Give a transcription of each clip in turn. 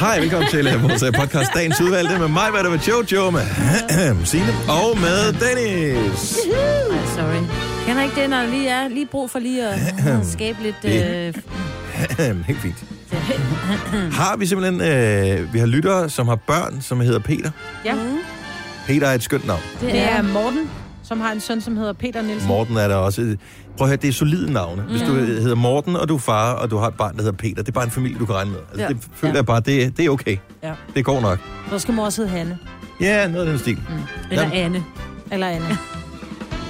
Hej, velkommen til øh, vores øh, podcast Dagens Udvalgte med mig, hvad der med Jojo, med Signe og med Dennis. Ej, sorry. Kender ikke det, når der lige er lige brug for lige at øh, skabe lidt... Øh, Helt fint. Har vi simpelthen, øh, vi har lyttere, som har børn, som hedder Peter. Ja. Peter er et skønt navn. Mm. Det er Morten, som har en søn, som hedder Peter Nielsen. Morten er der også. Prøv at høre, det er solide navne. Hvis du øh, hedder Morten, og du er far, og du har et barn, der hedder Peter, det er bare en familie, du kan regne med. Altså, Ja. det føler Ja. jeg bare, det, det er okay. Ja. Det går nok. Så skal mor også hedde Hanne. Ja, noget af den stil. Mm. eller Jamen. Anne. Eller Anne.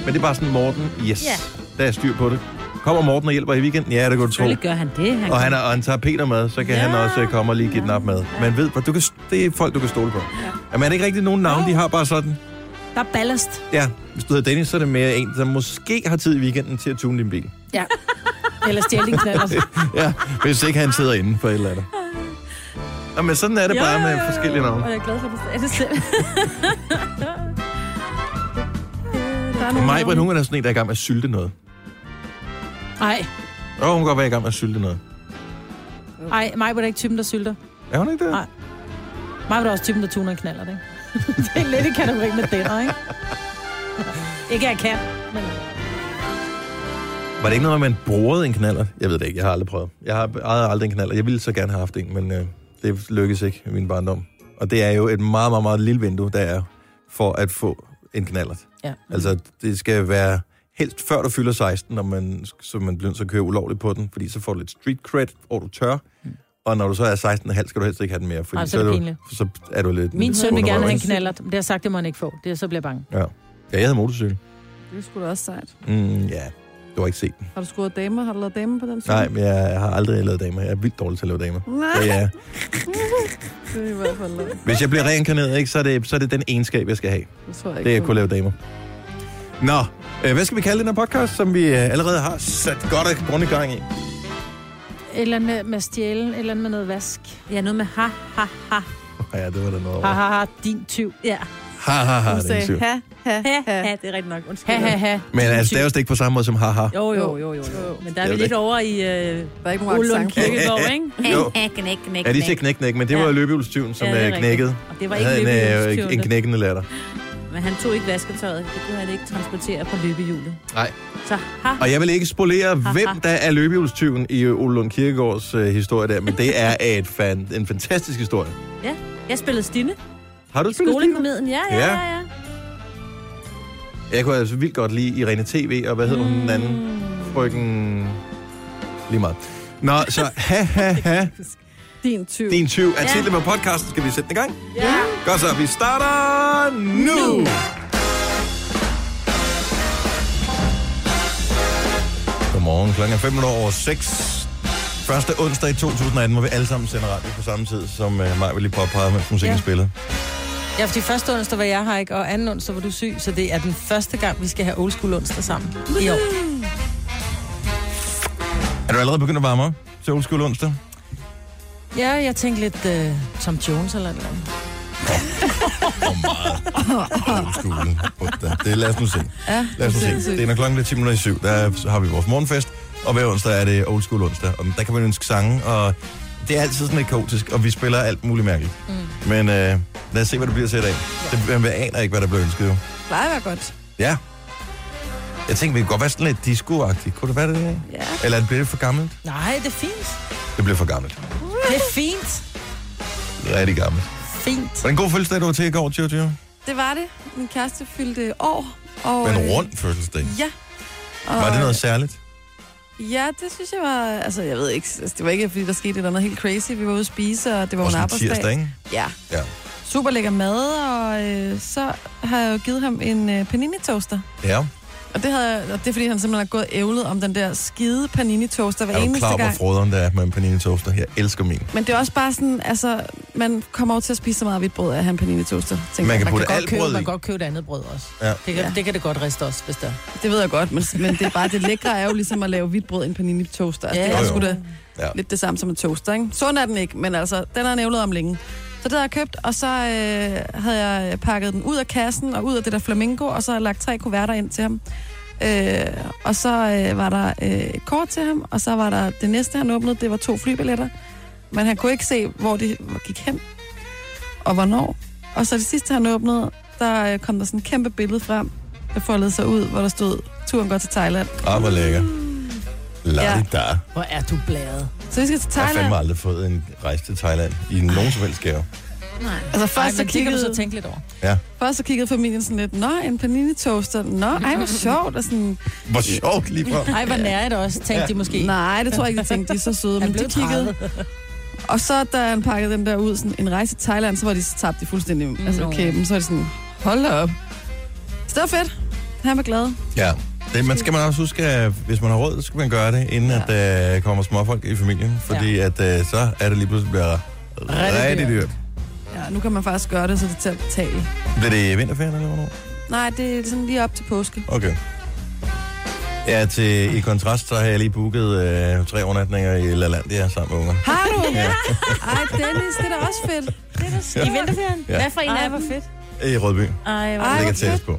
Men det er bare sådan, Morten, yes, Ja. der er styr på det. Kommer Morten og hjælper i weekenden? Ja, det kan du tro. Selvfølgelig gør han det. Han Og han, er, og han tager Peter med, så kan ja. Ja. han også øh, komme og lige give den op med. Man ved, du kan, det er folk, du kan stole på. Ja. Men er det ikke rigtig nogen navn, de har bare sådan? Der er ballast. Ja, hvis du hedder Dennis, så er det mere en, der måske har tid i weekenden til at tune din bil. Ja. Eller stjæle din knaller. Ja, hvis ikke han sidder inde på et eller andet. Nå, men sådan er det bare med forskellige navne. Og jeg er glad for, at du sagde det selv. Majbrit, hun er sådan en, der er i gang med at sylte noget. Nej, Åh, hun kan godt være i gang med at sylte noget. nej, mig er ikke typen, der sylter. Er hun ikke det? Nej. Mig er også typen, der tuner en knaller, ikke? det er lidt i kategorien med dænder, ikke? Ikke at jeg kan, men... Var det ikke noget med, at man borede en knaller? Jeg ved det ikke, jeg har aldrig prøvet. Jeg har ejede aldrig en knaller. Jeg ville så gerne have haft en, men øh, det lykkedes ikke i min barndom. Og det er jo et meget, meget, meget lille vindue, der er for at få en knaller. Ja. Altså, det skal være helst før du fylder 16, når man, så man bliver nødt til at køre ulovligt på den, fordi så får du lidt street cred, og du tør. Og når du så er 16,5, skal du helst ikke have den mere, fordi Mm. Ej, så, så er er du, det pinligt. så er du lidt... Min søn vil gerne have en underrøven. knallert, men det har jeg sagt, det må han ikke få. Det er så bliver jeg bange. Ja. ja, jeg havde motorcykel. Det er sgu da også sejt. Mm, ja, du har ikke set den. Har du skåret damer? Har du lavet damer på den cykel? Nej, men jeg har aldrig lavet damer. Jeg er vildt dårlig til at lave damer. Nej. Så ja, Det er i hvert fald øh, lavet. hvis jeg bliver reinkarneret, ikke, så, er det, så er det den egenskab, jeg skal have. Det tror jeg ikke. Det er at på. kunne lave damer. Nå, øh, hvad skal vi kalde den her podcast, som vi øh, allerede har sat godt og grundigt gang i? Et eller andet med, med at stjæle, et eller andet med noget vask. Ja, noget med ha, ha, ha. Ja, det var da noget over. Ha, ha, ha, din tyv. Ja, Ha, ha, ha, det Hun er en sagde, syv. ha, ha, ha, ha. ha. Det er rigtigt nok. Undskyld. Ha, ha, ha. Men altså, det er jo ikke på samme måde som haha. Jo, jo, jo, jo, jo. Men der er vi Det er lidt over i øh, Der er ikke nogen Olund accent. på. Kirkegaard, ikke? Jo. Ha, knæk, knæk, Ja, de siger knæk. knæk, knæk, men det var Ja. jo løbehjulstyven, som Ja, det ja, er rigtigt. knækkede. Og det var Han ikke havde en, øh, løbehjulstyven, en det. knækkende latter. Men han tog ikke vasketøjet. Det kunne han ikke transportere på løbehjulet. Nej. Så ha, Og jeg vil ikke spolere, hvem der er løbehjulstyven i øh, Ole Lund Kirkegaards øh, historie der, men det er et fan, en fantastisk historie. ja. Jeg spillede Stine Har du i spillet Stine? skolekomedien. Ja, ja, Ja. ja, ja. Jeg kunne altså vildt godt lide Irene TV, og hvad hedder hun den anden? Frøken... Lige meget. Nå, så ha, ha, ha, Din tyv. din tyv er Ja. titlen på podcasten. Skal vi sætte den i gang? ja. Godt så, vi starter nu! Nu. Godmorgen, klokken er 5 minutter over 6. Første onsdag i 2018, hvor vi alle sammen sender radio på samme tid, som uh, mig vil lige påpege, mens musikken ja. Ja. spillede. Ja, fordi første onsdag var jeg her ikke, og anden onsdag var du syg, så det er den første gang, vi skal have old school onsdag sammen i år. Er du allerede begyndt at varme op til Old School onsdag? Ja, jeg tænkte lidt øh, Tom Jones eller noget. Hvor meget Old School onsdag. Mm, Det lad os nu se. Ja, lad os nu se. Det er når klokken er 10 minutter i syv, der har vi vores morgenfest, og hver onsdag er det Old School onsdag, og der kan man ønske sange, og det er altid sådan lidt kaotisk, og vi spiller alt muligt mærkeligt. Mm. Men øh, lad os se, hvad det bliver til i dag. Det, man aner ikke, hvad der bliver ønsket jo. Det plejer at være godt. Ja. Jeg tænkte, vi kunne godt være sådan lidt disco-agtigt. Kunne det være det? Daniel? Ja. Eller bliver det for gammelt? Nej, det er fint. Det bliver for gammelt. Det er fint. Rigtig gammelt. Fint. Var det en god fødselsdag, du var til i går, Jojo? Det var det. Min kæreste fyldte år. Og, Men øh, rund fødselsdag. Ja. Og, øh, Var det noget særligt? Ja, det synes jeg var... Altså, jeg ved ikke... Altså, det var ikke, fordi der skete et eller andet helt crazy. Vi var ude at spise, og det var Og en sådan arbejdsdag. tirsdag, ikke? Ja. Ja. Super lækker mad, og øh, så har jeg jo givet ham en øh, panini-toaster. Ja. Og det, havde, jeg- og det er, fordi han simpelthen har gået og ævlet om den der skide panini-toaster hver Er du eneste klar over, gang. hvor froderen der er med en panini toaster? Jeg elsker min. Men det er også bare sådan, altså, man kommer jo til at spise så meget hvidt brød af han panini toaster. tænker Man jeg. kan Man putte kan, godt alt købe, brød man i. kan godt købe et andet brød også. Ja. Det, kan, Ja. det kan det godt riste også, hvis der. Det ved jeg godt, men, men det er bare det lækre er jo ligesom at lave hvidt brød i en panini toaster. Altså, Ja, det er jo, sgu jo. da Ja. lidt det samme som en toaster, ikke? Sund er den ikke, men altså, den har nævlet om længe. Så det har jeg købt, og så øh, havde jeg pakket den ud af kassen og ud af det der flamingo, og så har jeg lagt tre kuverter ind til ham. Øh, og så øh, var der øh, et kort til ham, og så var der det næste, han åbnede, det var to flybilletter. men han kunne ikke se, hvor det gik hen, og hvornår. Og så det sidste, han åbnede, der øh, kom der sådan et kæmpe billede frem, der foldede sig ud, hvor der stod, turen går til Thailand. Ah, hvor lækker. La di da. Hvor er du blæret. Så vi skal til Jeg har Thailand. fandme aldrig fået en rejse til Thailand i nogen som helst gave. Altså Ej, først, men så det kan du kiggede, så tænke lidt over. Ja. først så kiggede familien sådan lidt, nå, en panini toaster, nå, ej, hvor sjovt, og sådan, Hvor sjovt lige fra. Ej, hvor nær er det også, tænkte de måske. nej, det tror jeg ikke, de tænkte, de er så søde, Han men de blev kiggede, 30. Og så, da han pakkede den der ud, sådan en rejse til Thailand, så var de så tabt de fuldstændig. Mm. Altså, Nå. okay, men så er det sådan, hold da op. Så det var fedt. Han var glad. Ja. Det, man skal man også huske, at hvis man har råd, så skal man gøre det, inden ja. Ja. at der øh, kommer småfolk i familien. Fordi ja. at øh, så er det lige pludselig bliver rigtig, rigtig dyrt. Ja, nu kan man faktisk gøre det, så det er til at betale. Bliver det i vinterferien eller hvornår? Nej, det er sådan lige op til påske. Okay. Ja, til, i kontrast, så har jeg lige booket øh, tre overnatninger i LaLandia sammen med unger. Har du? Ej, Dennis, det er da også fedt. Det er da skidt. I vinterferien? Ja. Hvad for en Ej, er hvor den? fedt. I Rødby. Ej, hvor Ej, Det hvor ligger tættest fedt. på.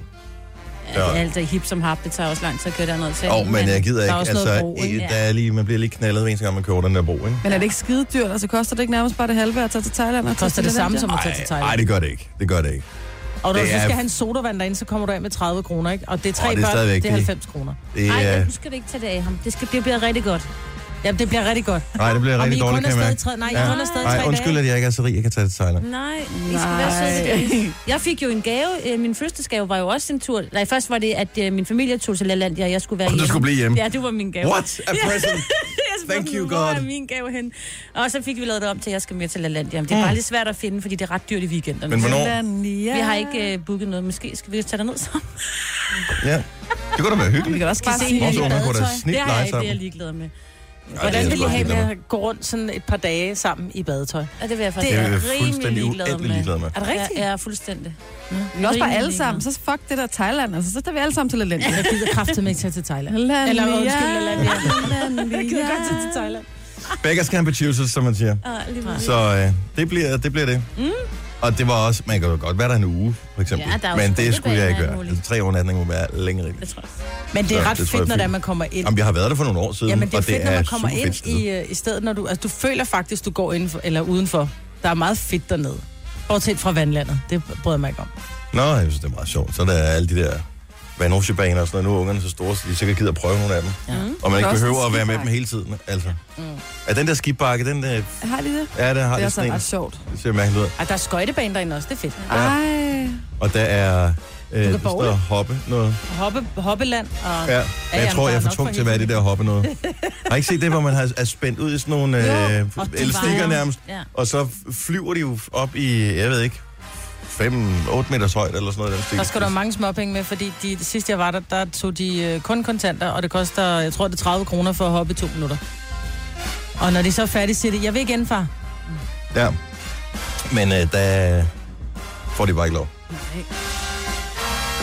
Ja, det er alt det hip som hap, det tager også lang tid at køre derned til. Åh, oh, men jeg gider der er ikke. også Altså, noget bro, ikke? i- der er lige, man bliver lige knaldet, hver eneste gang man kører over den der bro, ikke? Men er det ikke skide dyrt? Altså, koster det ikke nærmest bare det halve at tage til Thailand? Og tage Koster til det samme der? som at tage til Ej, ej, Thailand. det gør det ikke. Det gør det ikke. Og når det du så er- skal have en sodavand derinde, så kommer du af med 30 kroner, ikke? Og det er tre Åh, det er børn, stadigvæk det er det. 90 kroner. Det, Ej, øh, men du skal da ikke tage det af ham. Det, skal, det bliver rigtig godt. Jamen, det bliver rigtig godt. nej, det bliver Om I rigtig kun dårligt, er kan jeg stadig mærke. tre- nej, I Ja. kun er stadig Nej, tre undskyld, dage. at jeg ikke er så rig, jeg kan tage til Thailand. Nej, I skal være søde. Nej. Jeg fik jo en gave. Øh, Min fødselsdagsgave var jo også en tur. Nej, først var det, at øh, min familie tog til Lalandia, og jeg skulle være Og du hjemme. skulle blive hjemme. Ja, det var min gave. What? A present? Jeg spurgte Thank min you, mor, God. Hvor er min gave hen? Og så fik vi lavet det om til, at jeg skal med til Lalandia. Men det er bare lidt svært at finde, fordi det er ret dyrt i weekenderne. Men hvornår? Ja. Vi har ikke uh, booket noget. Måske skal vi tage derned sammen. Ja. Det kunne da være Vi hyggeligt. kan da også Kan bare se sige, Også hinanden. i unge kunne da badetøj. snit det har jeg lege ikke, det er jeg sammen. ligeglad med. det er Hvordan vil I sgu have med ligeglad at gå rundt sådan et par dage sammen i badetøj? Og det vil jeg Det faktisk er jeg rimelig fuldstændig ligeglad uendelig med. ligeglad med. Er det rigtigt? Ja, ja, fuldstændig. vi kan også bare alle sammen. Så fuck det der Thailand. Altså, så tager vi alle sammen til Lalandia. Jeg gider kraftigt med ikke tage til Thailand. Lalandia. Eller undskyld, Lalandia. Lalandia. Jeg gider godt tage til Thailand. Begge skal have betjuset, som man siger. Ah, lige præcis. Så øh, det, bliver, det bliver det. Mm. Og det var også, man kan jo godt være der en uge, for eksempel. Ja, der er jo Men det spillebaner skulle jeg ikke og alt gøre. muligt. Altså, tre overnatninger må være længere Jeg rigtigt. tror også. Men det Så er ret det tror jeg fedt, når fint. det er, man kommer ind. Jamen, jeg har været der for nogle år siden, Jamen, det er og fedt, det når er man super kommer fedt ind sted. i, øh, i stedet, når du, altså, du føler faktisk, du går indenfor, eller udenfor. Der er meget fedt dernede. Bortset fra vandlandet. Det bryder jeg mig ikke om. Nå, jeg synes, det er meget sjovt. Så er der alle de der vandrusjebaner og sådan noget. Nu er ungerne så store, så de sikkert gider at prøve nogle af dem. Ja. Mm. Og man ikke også en behøver at være med dem skibakke. hele tiden. Altså. Mm. Er den der skibakke, den der... Har de det? Ja, der har Det er lidt altså sådan en. ret sjovt. Det ser mærkeligt ud. Ej, der er skøjtebane derinde også. Det er fedt. Ej. Og der er... Øh, kan der bowle. står hoppe noget. Hoppe, hoppeland og... Ja. Men jeg ja, tror, der jeg er er for nok tung for til at være i det hele der hoppe noget. Har I ikke set det, hvor man har, er spændt ud i sådan nogle øh, og det elastikker vejer. nærmest? Ja. Og så flyver de jo op i, jeg ved ikke, 5-8 meters højde eller sådan noget. i Den stil. Der skal du have mange småpenge med, fordi de, det sidste jeg var der, der tog de øh, kun kontanter, og det koster, jeg tror, det er 30 kroner for at hoppe i to minutter. Og når de så er færdige, siger de, jeg vil igen, far. Ja. Men øh, der får de bare ikke lov.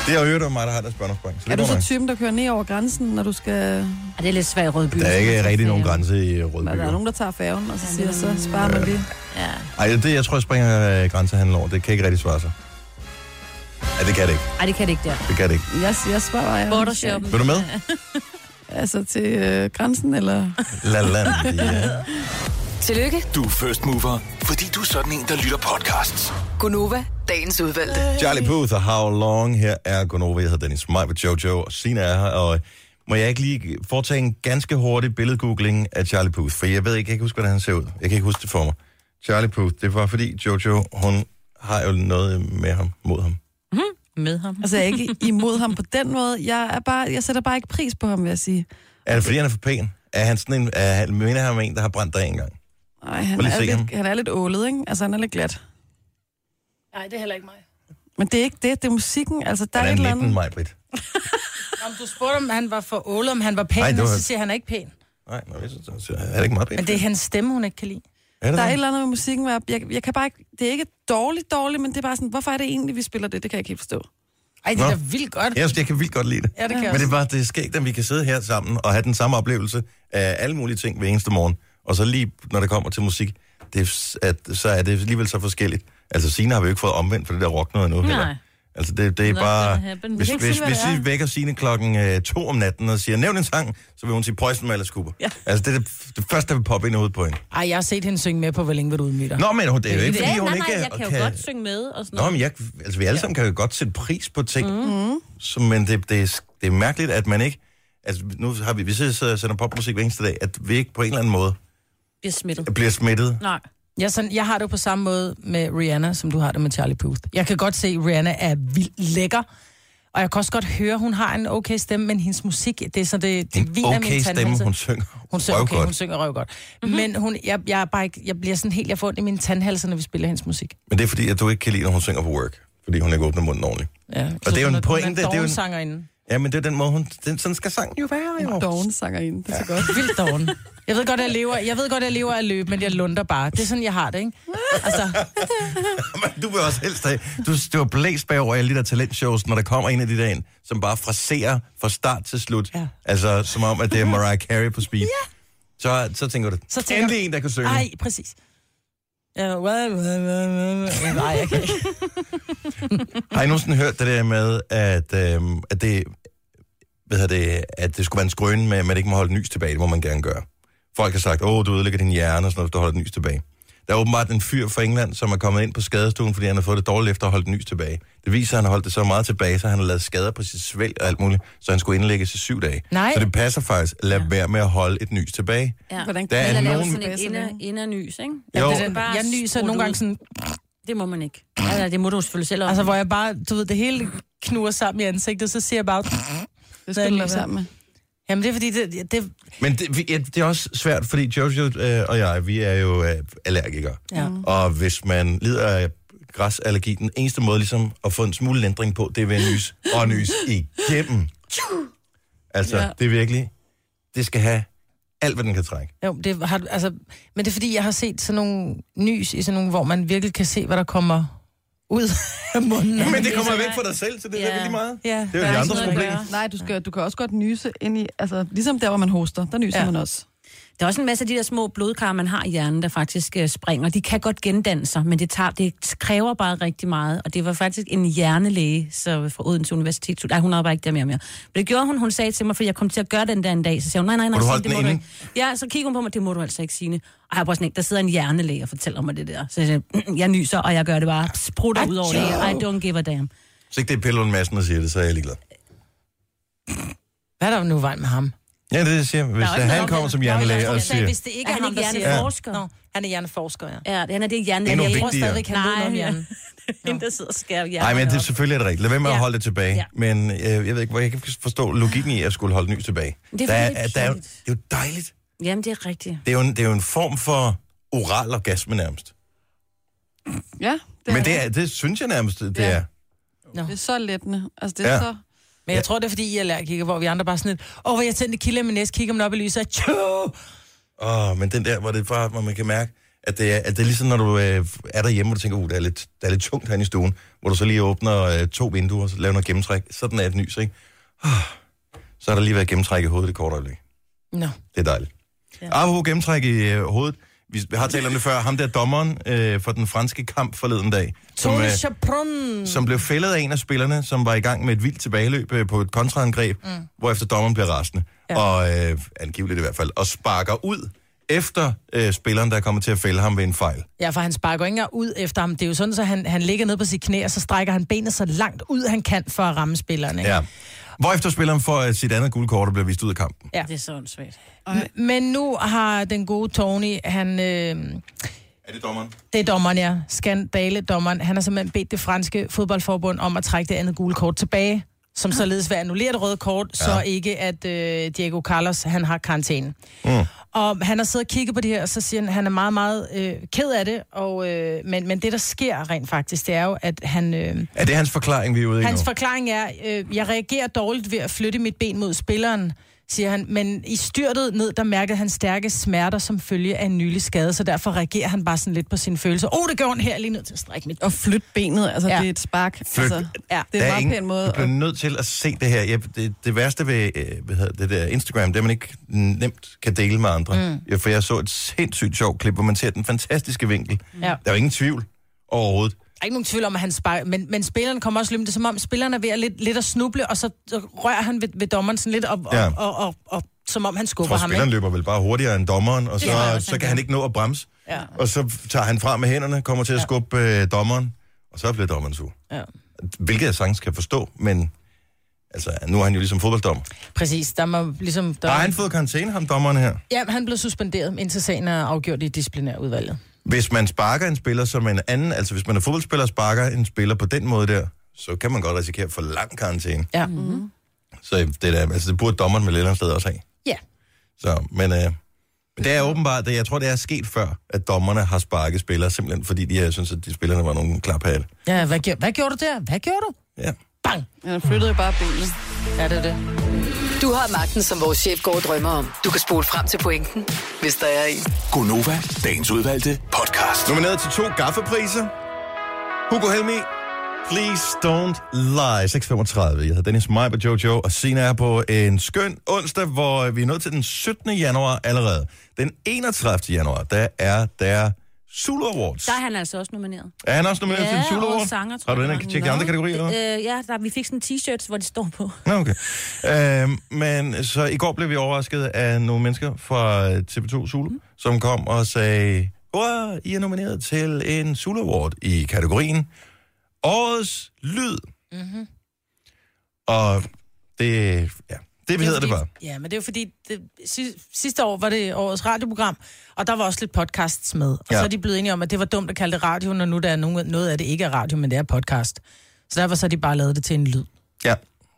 Det er jo øvrigt om mig, der har deres børnespring. Så det Er du går så nok. typen, der kører ned over grænsen, når du skal... Ej, det er lidt svært i Rødby. Der er ikke rigtig nogen grænse i Hvad, Rødby. der er jo. nogen, der tager færgen, og så Ja, siger, det er så sparer man lige. Ja. Ej, det jeg tror, jeg springer øh, grænsehandel over. Det kan ikke rigtig svare sig. Ja, det kan det ikke. Ej, det kan det ikke der. Det kan det ikke. Jeg, jeg sparer bare... jeg- Bordershoppen. Vil du med? Altså til øh, grænsen, eller... La la ja. Tillykke, Du er first mover, fordi du er sådan en, der lytter podcasts. Gunova, dagens udvalgte. Øh. Charlie Puth og How Long. Her er Gunova. Jeg hedder Dennis Maj med Jojo, og Sina er her. Og øh, må jeg ikke lige foretage en ganske hurtig billedgoogling af Charlie Puth? For jeg ved ikke, jeg kan huske, hvordan han ser ud. Jeg kan ikke huske det for mig. Charlie Puth, det var fordi Jojo, hun har jo noget med ham, mod ham. Med ham. Altså, jeg er ikke imod ham på den måde. Jeg, er bare, jeg sætter bare ikke pris på ham, vil jeg sige. Er det fordi, han er for pæn? Er han sådan en, er han, mener han om en, der har brændt dig en gang? Ej, Prøv han, lige at er se ham. lidt, han er lidt ålet, ikke? Altså, han er lidt glat. Nej, det er heller ikke mig. Men det er ikke det, det er musikken. Altså, der er, et Han eller er 19, andet... maj, Britt. Om du spurgte, om han var for åle, om han var pæn, Nej, Ej, det var... var- så siger han er ikke pæn. Nej, nå, jeg synes, han ser- er det ikke meget pæn? Men det er hans stemme, hun ikke kan lide. er det Der er det? et eller andet med musikken, hvor jeg, jeg, jeg kan bare ikke, det er ikke dårligt dårligt, men det er bare sådan, hvorfor er det egentlig, vi spiller det? Det kan jeg ikke helt forstå. Ej, det er Nå. da vildt godt. Jeg, synes, jeg kan vildt godt lide det. Ja, det kan Men jeg også. det var det er skægt, at vi kan sidde her sammen og have den samme oplevelse af alle mulige ting hver eneste morgen. Og så lige, når det kommer til musik, det er, f- at, så er det alligevel så forskelligt. Altså, Sina har vi jo ikke fået omvendt for det der rock noget endnu. Nej. heller. Altså, det, det er Not bare... gonna happen. Hvis, Vi hvis, kan ikke hvis, sige, hvis hvad det I vækker sine klokken øh, to om natten og siger, nævn en sang, så vil hun sige Poison Malice Cooper. Ja. Altså, det er det, det første, der vil poppe ind og ud på hende. Ej, jeg har set hende synge med på, hvor længe vil du udmyde dig. Nå, men hun- det er jo ikke, Ja, fordi nej, hun nej, ikke... jeg kan jo godt synge med og sådan Nå, noget. men jeg, altså, vi alle sammen kan jo godt sætte pris på ting, mm. så, men det, det, er- det er mærkeligt, at man ikke... Altså, nu har vi, vi sidder og sender popmusik hver eneste dag, at vi ikke på en eller anden måde Bliver smittet. bliver smittet. Nej. Jeg, sådan, jeg har det jo på samme måde med Rihanna, som du har det med Charlie Puth. Jeg kan godt se, at Rihanna er vildt lækker, og jeg kan også godt høre, at hun har en okay stemme, men hendes musik, det er så det, det En viner okay min stemme, tandhalse. hun synger. hun synger, okay, røvgodt. hun synger røv godt. Mhm. Mm-hmm. Men hun, jeg, jeg, er bare ikke, jeg bliver sådan helt, jeg får ondt i mine tandhalser, når vi spiller hendes musik. Men det er fordi, at du ikke kan lide, når hun synger på work. Fordi hun ikke åbner munden ordentligt. Ja. Og det er jo en pointe, det er jo en- sangerinde. Ja, men det er den måde, hun... Den, sådan skal sangen jo være, jo. Dogen sanger ind. Det er så godt. Vildt doven. Jeg ved godt, jeg lever, jeg ved godt, jeg lever af at løbe, men jeg lunder bare. Det er sådan, jeg har det, ikke? Altså, Men du vil også helst have... Du, du er blæst bagover i alle de der talentshows, når der kommer en af de der ind, som bare fraserer fra start til slut. Ja. Altså, som om, at det er Mariah Carey på speed. Ja. Så, så tænker du, Så så tænker tænker endelig en, der kan synge. nej, præcis. Ja, well, well, well, well. Nej, jeg kan ikke. Har I nogensinde hørt det der med, at, øhm, at det... Hvad hedder det, at det skulle være en skrøne med, at man ikke må holde nys tilbage. Det må man gerne gøre. Folk har sagt, åh, du ødelægger din hjerne, og sådan noget, hvis du holder et nys tilbage. Der er åbenbart en fyr fra England, som er kommet ind på skadestuen, fordi han har fået det dårligt efter at holde et nys tilbage. Det viser, at han har holdt det så meget tilbage, så han har lavet skader på sit svælg og alt muligt, så han skulle indlægges i syv dage. Nej. Så det passer faktisk. Lad være med at holde et nys tilbage. Ja. Hvordan Der er Eller lave nogen- sådan et inder, indernys, ikke? Jo. Det er den, Bare jeg nyser sprut nogle ud. gange sådan, Det må man ikke. Ja, ja, det må du selvfølgelig selv om. altså hvor jeg bare, du ved, det hele knurrer sammen i ansigtet, så siger jeg bare, Det Hvad er skal du lade det? sammen med. jamen det er fordi, det, det Men det, vi- ja, det er også svært, fordi Jojo øh, og jeg, vi er jo øh, allergikere. Ja. Og hvis man lider af græsallergi, den eneste måde ligesom at få en smule ændring på, det er ved at nys og nys igennem. Altså, ja. det er virkelig, det skal have alt, hvad den kan trække. jo, det har, altså, men det er fordi, jeg har set sådan nogle nys i sådan nogle, hvor man virkelig kan se, hvad der kommer ud af munden. Ja, men det det er kommer så væk nej. fra dig selv, så det Ja. ja. er lige meget. Ja, Det er jo de andres problem. Nej, du, skal, du kan også godt nyse ind i... Altså, ligesom der, hvor man hoster, der nyser Ja. ja. man også. Der er også en masse af de der små blodkar, man har i hjernen, der faktisk øh, springer. De kan godt gendanne sig, men det, tager, det kræver bare rigtig meget. Og det var faktisk en hjernelæge så fra Odense Universitet. Nej, hun arbejder ikke der mere og mere. Men det gjorde hun. Hun sagde til mig, for jeg kom til at gøre den der en dag. Så sagde hun, nej, nej, nej, du Signe, holdt det den må du inde? ikke. Ja, så kigger hun på mig, det må du altså ikke, Signe. Og jeg var sådan, ikke, der sidder en hjernelæge og fortæller mig det der. Så jeg, sagde, "Mm, jeg nyser, og jeg gør det bare sprutter ud over det. her. I don't give a damn. Så ikke det er Pellund Madsen, der siger det, så er jeg ligeglad. Hvad er der nu i vejen med ham? Ja, det er det, jeg siger. Hvis øh, han kommer som hjernelæge og siger, Hvis det ikke er, Er han ham, ikke der siger hjerneforsker? Nå, han er hjerneforsker, ja. Ja, han er det Endnu hjernelæge. vigtigere. Jeg tror stadigvæk, han ved noget om Nej. hjernen. Hende, der sidder og skærer hjernen. Nej, men det, op. selvfølgelig er det rigtigt. Lad være med at Ja. holde det tilbage. Ja. Ja. Men øh, jeg ved ikke, hvor jeg kan forstå logikken i, at jeg skulle holde nys tilbage. Det er der, fordi, det er der, er- kedeligt. det er jo dejligt. Jamen, det er rigtigt. Det er, jo en, det er jo en form for oral orgasme nærmest. Ja, Det men det, er, det synes jeg nærmest, det Ja. ja. er. Det er så lettende. Altså, det er Ja. ja. så... Men jeg tror, det er, fordi I er allergikere, hvor vi andre bare sådan lidt, åh, hvor jeg tændte kilde med næst, kigger man op i lyset, og tjo! Åh, men den der, hvor, det er bare, hvor man kan mærke, at det er, at det er ligesom, når du øh, er derhjemme, og du tænker, uh, det er, lidt, det er lidt tungt herinde i stuen, hvor du så lige åbner øh, to vinduer, så laver noget gennemtræk. Sådan er et nys, ikke? Ah, så har der lige været gennemtræk i hovedet i kort øjeblik. Nå. Det er dejligt. Ja. Apropos gennemtræk i øh, hovedet. Vi har talt om det før. Ham der dommeren øh, for den franske kamp forleden dag, som, Tony øh, Chaperon. som blev fældet af en af spillerne, som var i gang med et vildt tilbageløb øh, på et kontraangreb, mm. hvorefter dommeren bliver rasende, ja. og øh, angiveligt i hvert fald, og sparker ud efter øh, spilleren, der er kommet til at fælde ham ved en fejl. Ja, for han sparker ikke engang ud efter ham. Det er jo sådan, så han, han ligger ned på sit knæ, og så strækker han benet så langt ud, han kan, for at ramme spilleren. Ikke? Ja. Hvorefter spilleren får øh, sit andet gule kort og bliver vist ud af kampen. Det er sådan svært. Men nu har den gode Tony, han, øh, Er det dommeren? det er dommeren, ja, skandaledommeren, han har simpelthen bedt det franske fodboldforbund om at trække det andet gule kort tilbage, som således vil annullere det røde kort, ja. så ikke at øh, Diego Carlos, han har karantæne. Mm. Og han har siddet og kigget på det her, og så siger han, han er meget, meget øh, ked af det. Og, øh, men, men det, der sker rent faktisk, det er jo, at han, øh, Er det hans forklaring, vi er ude i hans nu? forklaring er, øh, jeg reagerer dårligt ved at flytte mit ben mod spilleren, siger han. Men i styrtet ned, der mærkede han stærke smerter som følge af en nylig skade, så derfor reagerer han bare sådan lidt på sine følelser. Åh, oh, det gør ondt her, jeg er lige nødt til at strække mit. Og flyt benet, altså Ja. ja. det er et spark. Flyt. Flyt. Altså, Ja. det er Der en meget pæn måde. Du bliver at- nødt til at se det her. Jeg, det, det værste ved øh, hvad hedder det der Instagram, det er, at man ikke nemt kan dele med andre. Mm. Ja, for jeg så et sindssygt sjovt klip, hvor man ser den fantastiske vinkel. Ja. Der er jo ingen tvivl overhovedet. er ikke nogen tvivl om, at han sparker, men, men spilleren kommer også løbende. Det er som om, spilleren er ved at lidt, lidt at snuble, og så så rører han ved, ved dommeren sådan lidt, og, Ja. ja. og, og, og, og, og, som om han Jeg skubber tror, ham. spilleren Ikke? løber vel bare hurtigere end dommeren, og tror jeg så, også, så han kan han ikke nå at bremse. Ja. Og så tager han frem med hænderne, kommer til at skubbe øh, dommeren, og så bliver dommeren sur. Ja. Hvilket jeg sagtens kan forstå, men altså, nu er han jo ligesom fodbolddommer. Præcis, der må ligesom... Der... Har han fået karantæne, ham dommeren her? Ja, han blev suspenderet, indtil sagen er afgjort i disciplinærudvalget. Hvis man sparker en spiller som en anden, altså hvis man er fodboldspiller og sparker en spiller på den måde der, så kan man godt risikere for lang karantæne. Ja. Mm-hmm. Så det, der, altså, det burde dommeren med lidt sted også have. Ja. Så, men, øh, men det er åbenbart, det, jeg tror, det er sket før, at dommerne har sparket spillere, simpelthen fordi de øh, synes, at de spillerne var nogle klaphatte. Ja, hvad, gjorde, hvad gjorde du der? Hvad gjorde du? Ja. Bang! Han flyttede jo bare benene. Ja, det er det. Du har magten, som vores chef går og drømmer om. Du kan spole frem til pointen, hvis der er en. Gonova, dagens udvalgte podcast. Nomineret til to gaffepriser. Hugo Helmi, Please Don't Lie, 6.35. Jeg hedder Dennis Meiber, Jojo, og Sina er på en skøn onsdag, hvor vi er nået til den 17. januar allerede. Den 31. januar, der er der Zulu Awards. Der er han altså også nomineret. Er han også nomineret til en Zulu Award? årets sanger, tror Har du jeg, den det ikke var. tjekket de andre Nå. kategorier? eller hvad? Øh, ja, der, vi fik sådan en t-shirt, hvor det står på. Nå, okay. Øhm, men så i går blev vi overrasket af nogle mennesker fra øh, TV2 Zulu, mm. som kom og sagde, wow, I er nomineret til en Zulu Award i kategorien Årets Lyd. Mm-hmm. Og det, ja, det, det hedder det fordi, bare. Ja, men det er jo fordi, det, si- sidste år var det årets radioprogram, og der var også lidt podcasts med. Og Ja. ja. så er de blevet enige om, at det var dumt at kalde det radio, når nu der er nogen, noget af det ikke er radio, men det er podcast. Så derfor så har de bare lavet det til en lyd. Ja,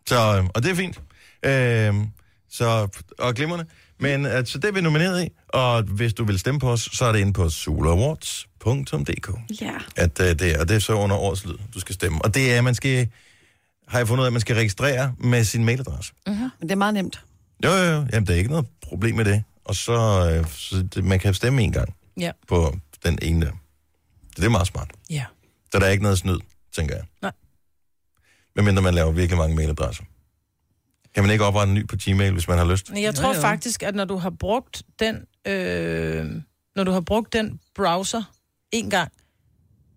så, øh, og det er fint. Øhm, så, og glimrende. Men altså, det er vi nomineret i, og hvis du vil stemme på os, så er det inde på sulawards.dk. Ja. at øh, det er, og det er så under årets lyd, du skal stemme. Og det er, man skal, har jeg fundet ud af, at man skal registrere med sin mailadresse. Mm-hmm. Men det er meget nemt. Jo, jo, jo, jamen der er ikke noget problem med det. Og så, øh, så det, man kan stemme en gang Ja. på den ene der. Så Det er meget smart. Ja. Så der er ikke noget snyd, tænker jeg. Nej. Medmindre man laver virkelig mange mailadresser. Kan man ikke oprette en ny på Gmail, hvis man har lyst? Men jeg tror faktisk, at når du har brugt den, øh, når du har brugt den browser en gang,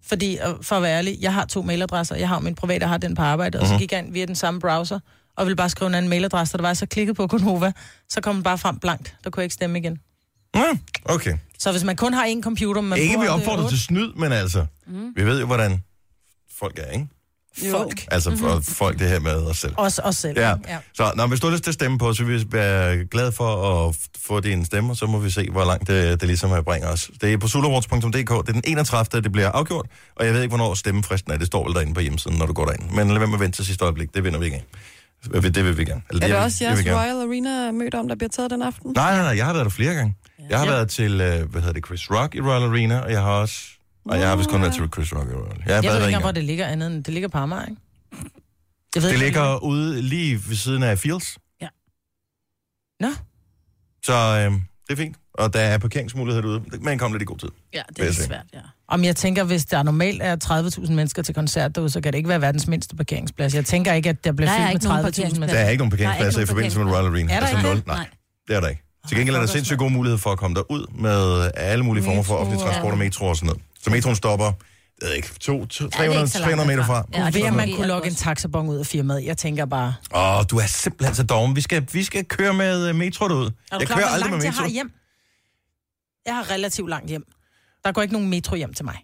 fordi, og for at være ærlig, jeg har to mailadresser, jeg har min private, jeg har den på arbejde, Mhm. og så gik jeg ind via den samme browser, og ville bare skrive en anden mailadresse, og der var jeg så klikket på Konova, så kom den bare frem blankt. Der kunne jeg ikke stemme igen. Ja, okay. Så hvis man kun har én computer, men man Ikke vi bruger det opfordrer otte- til snyd, men altså, mm. vi ved jo, hvordan folk er, ikke? folk, Altså, for folk det her med os selv. Mhm. os, os selv. Ja. ja. Så når hvis du har lyst til at stemme på, os, så vil vi være glade for at f- få din stemme, og så må vi se, hvor langt det, det ligesom øh, bringer os. Det er på sulawards.dk, det er den 31. det bliver afgjort, og jeg ved ikke, hvornår stemmefristen er, det står vel derinde på hjemmesiden, når du går derind. Men lad være med at vente til sidste øjeblik, det vinder vi ikke af. Det vil vi gerne. Eller, Er det vil- også vil jeres vi gerne. Royal Arena mødt om, der bliver taget den aften? Nej, nej, nej, jeg har været der flere gange. Jeg har været til, øh, hvad hedder det, Chris Rock i Royal Arena, og jeg har også... Og jeg har vist kun været til Chris Rock i Royal Arena. Jeg har været Jeg ved der ikke, en engang, hvor gang. det ligger andet end, det ligger på Amager, ikke? Jeg ved Det ikke, ligger ude lige ved siden af Fields. Nå, Så øh, det er fint. Og der er parkeringsmuligheder derude. Man kom lidt i god tid. Ja, Vil det jeg er sige. svært, ja. Om jeg tænker, hvis der normalt er 30.000 mennesker til koncert derude, så kan det ikke være verdens mindste parkeringsplads. Jeg tænker ikke, at der bliver Der er fyldt med ikke nogen 30.000 Der mennesker. er ikke nogen parkeringspladser Der er i ikke forbindelse med nogen Royal Arena. Er der altså ikke nul. det? Nej, Nej. det er der ikke. Til gengæld er der sindssygt gode muligheder for at komme derud med alle mulige former for Metro offentlig transport og metro og sådan noget. Så metroen stopper, jeg ved ikke, to, to, 300, ikke så langt 300 meter derfra. fra. Ja, Og ved det at er man godt. kunne lokke en taxabon ud af firmaet. Jeg tænker bare, Åh, du er simpelthen så doven. Vi skal, vi skal køre med øh, metro derud. er du jeg klar, kører hvor aldrig med langt jeg metro. har hjem? Jeg har relativt langt hjem. Der går ikke nogen metro hjem til mig.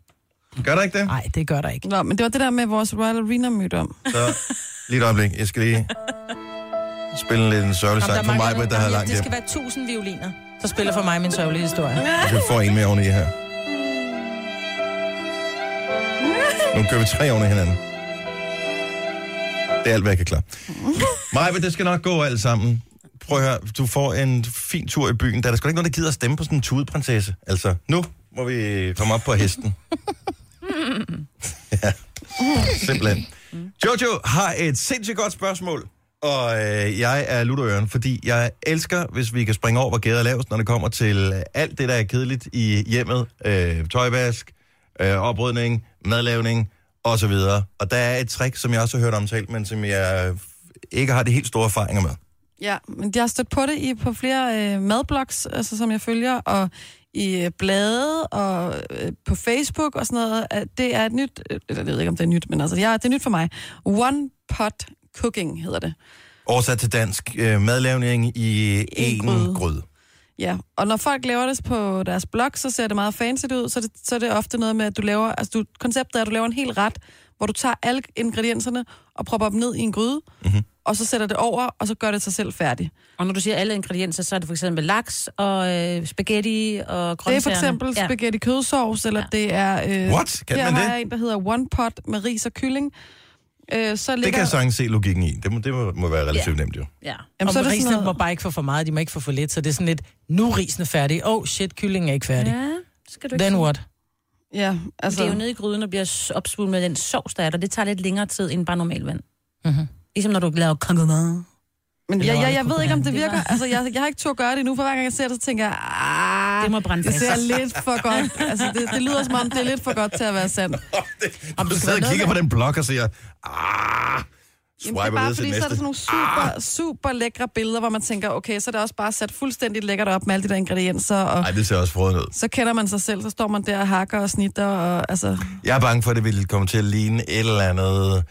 Gør der ikke det? Nej, det gør der ikke. Nå, men det var det der med vores Royal Arena mødt om. Så, lige et øjeblik. Jeg skal lige spille lidt en sørgelig sang for mig, der har langt Det hjem. skal være 1000 violiner, så spiller for mig min sørgelige historie. Jeg får en mere oven i her. Nu kører vi tre oven i hinanden. Det er alt, hvad jeg kan klare. Maja, det skal nok gå alt sammen. Prøv at høre, du får en fin tur i byen. Der er der sgu da ikke nogen, der gider at stemme på sådan en tudeprinsesse. Altså, nu må vi komme op på hesten. Mm. ja, simpelthen. Jojo har et sindssygt godt spørgsmål, og øh, jeg er lutterøren, fordi jeg elsker, hvis vi kan springe over, hvor gæder er lavest, når det kommer til øh, alt det, der er kedeligt i hjemmet. Øh, tøjvask, øh, oprydning, madlavning osv. Og der er et trick, som jeg også har hørt omtalt, men som jeg ikke har de helt store erfaringer med. Ja, men jeg har stødt på det i, på flere øh, madblogs, altså, som jeg følger, og i øh, blade og øh, på Facebook og sådan noget. at Det er et nyt, øh, eller jeg ved ikke, om det er nyt, men altså, ja, det er nyt for mig. One Pot Cooking hedder det. Oversat til dansk, øh, madlavning i En en gryde. gryde. Ja, og når folk laver det på deres blog, så ser det meget fancy ud, så er det, så er det ofte noget med, at du laver, altså du, konceptet er, at du laver en hel ret, hvor du tager alle ingredienserne og propper dem ned i en gryde, Mhm. mm-hmm. og så sætter det over, og så gør det sig selv færdig. Og når du siger alle ingredienser, så er det for eksempel laks og øh, spaghetti og grøntsager. Det er for eksempel ja. spaghetti kødsovs, eller ja. det er... Øh, What? Kan her man har det? jeg en, der hedder One Pot med ris og kylling. Øh, så ligger, Det kan jeg sagtens se logikken i. Det må, det må, må være relativt nemt, jo. Ja. Jamen, så er og det sådan risene noget, må bare ikke få for meget, de må ikke få for lidt, så det er sådan lidt, nu er risene færdige. Åh, oh, shit, kyllingen er ikke færdig. ja. Skal du Ja. ikke Then sige. what? ja, Men altså, Det er jo nede i gryden og bliver s- opsvulmet med den sovs, der er der. Det tager lidt længere tid end bare normal vand. Mhm. Ligesom når du laver kongo mad. men jeg, var jeg, det jeg ved ikke, om det Det virker. var- Altså, jeg, jeg har ikke tur at gøre det nu, for hver gang jeg ser det, så tænker jeg, ah, Det må brænde Det fast. ser lidt for godt. Altså, det, det lyder som om, det er lidt for godt til at være sandt. Om du sidder og kigger på den blog og siger, ah, Jamen, det er swiper bare videre til fordi, så næste. er Ah. der sådan nogle super, super lækre billeder, hvor man tænker, okay, så er det også bare sat fuldstændig lækkert op med alle de der ingredienser, og Ej, det ser også frøden ud. så kender man sig selv, så står man der og hakker og snitter, og altså, Jeg er bange for, at det ville komme til at ligne et eller andet,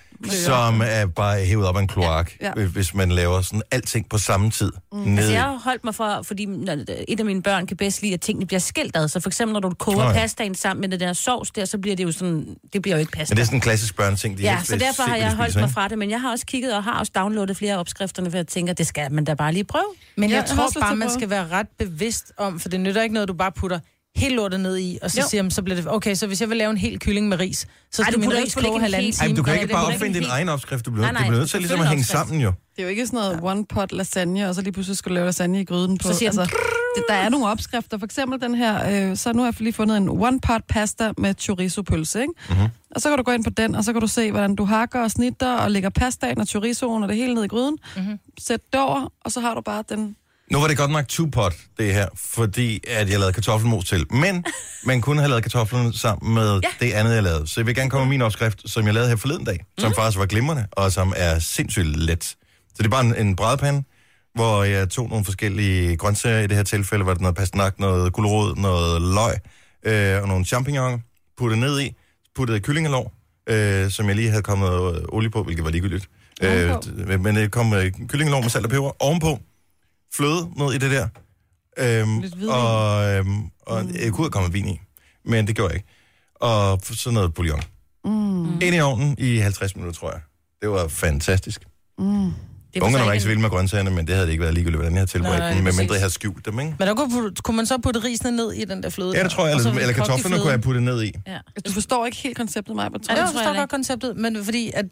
som er bare hævet op af en kloak, Ja. ja. hvis man laver sådan alting på samme tid. Mm. Ned. Altså, jeg Altså, har holdt mig for, fordi når- et af mine børn kan bedst lide, at tingene bliver skilt ad. Så for eksempel, når du koger Nå oh, ja. ja. pastaen sammen med den der sovs der, så bliver det jo sådan, det bliver jo ikke pasta. Men det er sådan en klassisk børneting. De Ja, helst så vil derfor har se, jeg hvad de holdt spiser, mig fra det, men jeg har også kigget og har også downloadet flere af opskrifterne, for jeg tænker, det skal man da bare lige prøve. Men Ja, jeg, jeg jeg har tror også lyst til bare, at man prøve. skal være ret bevidst om, for det nytter ikke noget, du bare putter helt lortet ned i, og så Jo. siger jamen, så bliver det, okay, så hvis jeg vil lave en hel kylling med ris, så Ej, skal du min putter ris ikke- du lægger koge en halvanden hel Ej, time. men du kan Ja, ikke det bare kunne opfinde ikke din helt- egen opskrift. Du bliver, nej, Nej, nej, nej, bliver nødt til ligesom at selvfølgelig hænge opskrift. sammen, jo. det er jo ikke sådan noget one pot lasagne, og så lige pludselig skal du lave lasagne i gryden på. Så siger den- altså, det, der er nogle opskrifter, for eksempel den her, øh, så nu har jeg lige fundet en one pot pasta med chorizo pølse, ikke? Mhm. Mm-hmm. Og så kan du gå ind på den, og så kan du se, hvordan du hakker og snitter og lægger pastaen og chorizoen og det hele ned i gryden. Mm-hmm. Sæt det over, og så har du bare den Nu var det godt nok two-pot, det her, fordi at jeg lavede kartoffelmos til. Men man kunne have lavet kartoflerne sammen med ja. det andet, jeg lavede. Så jeg vil gerne komme med min opskrift, som jeg lavede her forleden dag, som faktisk var glimrende, og som er sindssygt let. Så det er bare en, en brædepande, hvor jeg tog nogle forskellige grøntsager. I det her tilfælde var det noget pastanak, noget gulerod, noget løg øh, og nogle champignoner. Puttede ned i, puttede kyllingelov, øh, som jeg lige havde kommet øh, olie på, hvilket var ligegyldigt. Øh, d- men det kom øh, kyllingelov med salt og peber ovenpå fløde ned i det der. Øhm, Lidt hvidvin. og øhm, og mm. jeg kunne have kommet vin i, men det gjorde jeg ikke. Og f- sådan noget bouillon. Mm. Ind i ovnen i 50 minutter, tror jeg. Det var fantastisk. Mm. Det Ungerne var ikke ikke så vilde med grøntsagerne, men det havde det ikke været ligegyldigt, hvordan jeg havde Nej, tilberedt nej, dem, medmindre præcis. jeg havde skjult dem, ikke? Men der kunne, putte- kunne man så putte risene ned i den der fløde? Ja, der, det tror jeg. altså, og Eller, så eller kogt i kartoflerne fløden? kunne jeg putte ned i. Ja. Du forstår ikke helt konceptet, mig, men tror Ja, jeg. jeg tror jeg forstår heller godt konceptet, men fordi at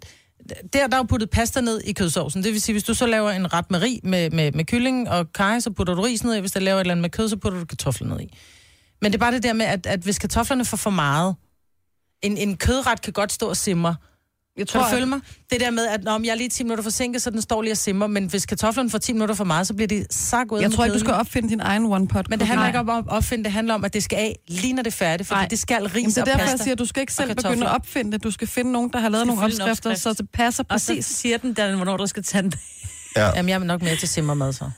der, der er jo puttet pasta ned i kødsovsen. Det vil sige, hvis du så laver en ret med, rig, med, med, med kylling og kaj, så putter du ris ned i. Hvis du laver et eller andet med kød, så putter du kartofler ned i. Men det er bare det der med, at, at hvis kartoflerne får for meget, en, en kødret kan godt stå og simre. Jeg tror, Kan du at- følge mig? Det der med, at om jeg er lige 10 minutter forsinket, så den står lige og simmer, men hvis kartoflerne får 10 minutter for meget, så bliver de så gået jeg tror ikke, du skal opfinde din egen one pot. Men det handler ikke om at opfinde, det handler om, at det skal af, lige når det er færdigt, fordi Nej. Nej. det skal Jamen, ris det er og derfor, pasta. jeg siger, at du skal ikke selv kartofler. begynde at opfinde det. Du skal finde nogen, der har lavet Du skal nogle fylde en opskrifter, så opskrift. det passer Og så præcis. siger den, der, hvornår du skal tage den. Jamen, jeg er nok mere til simmermad, så.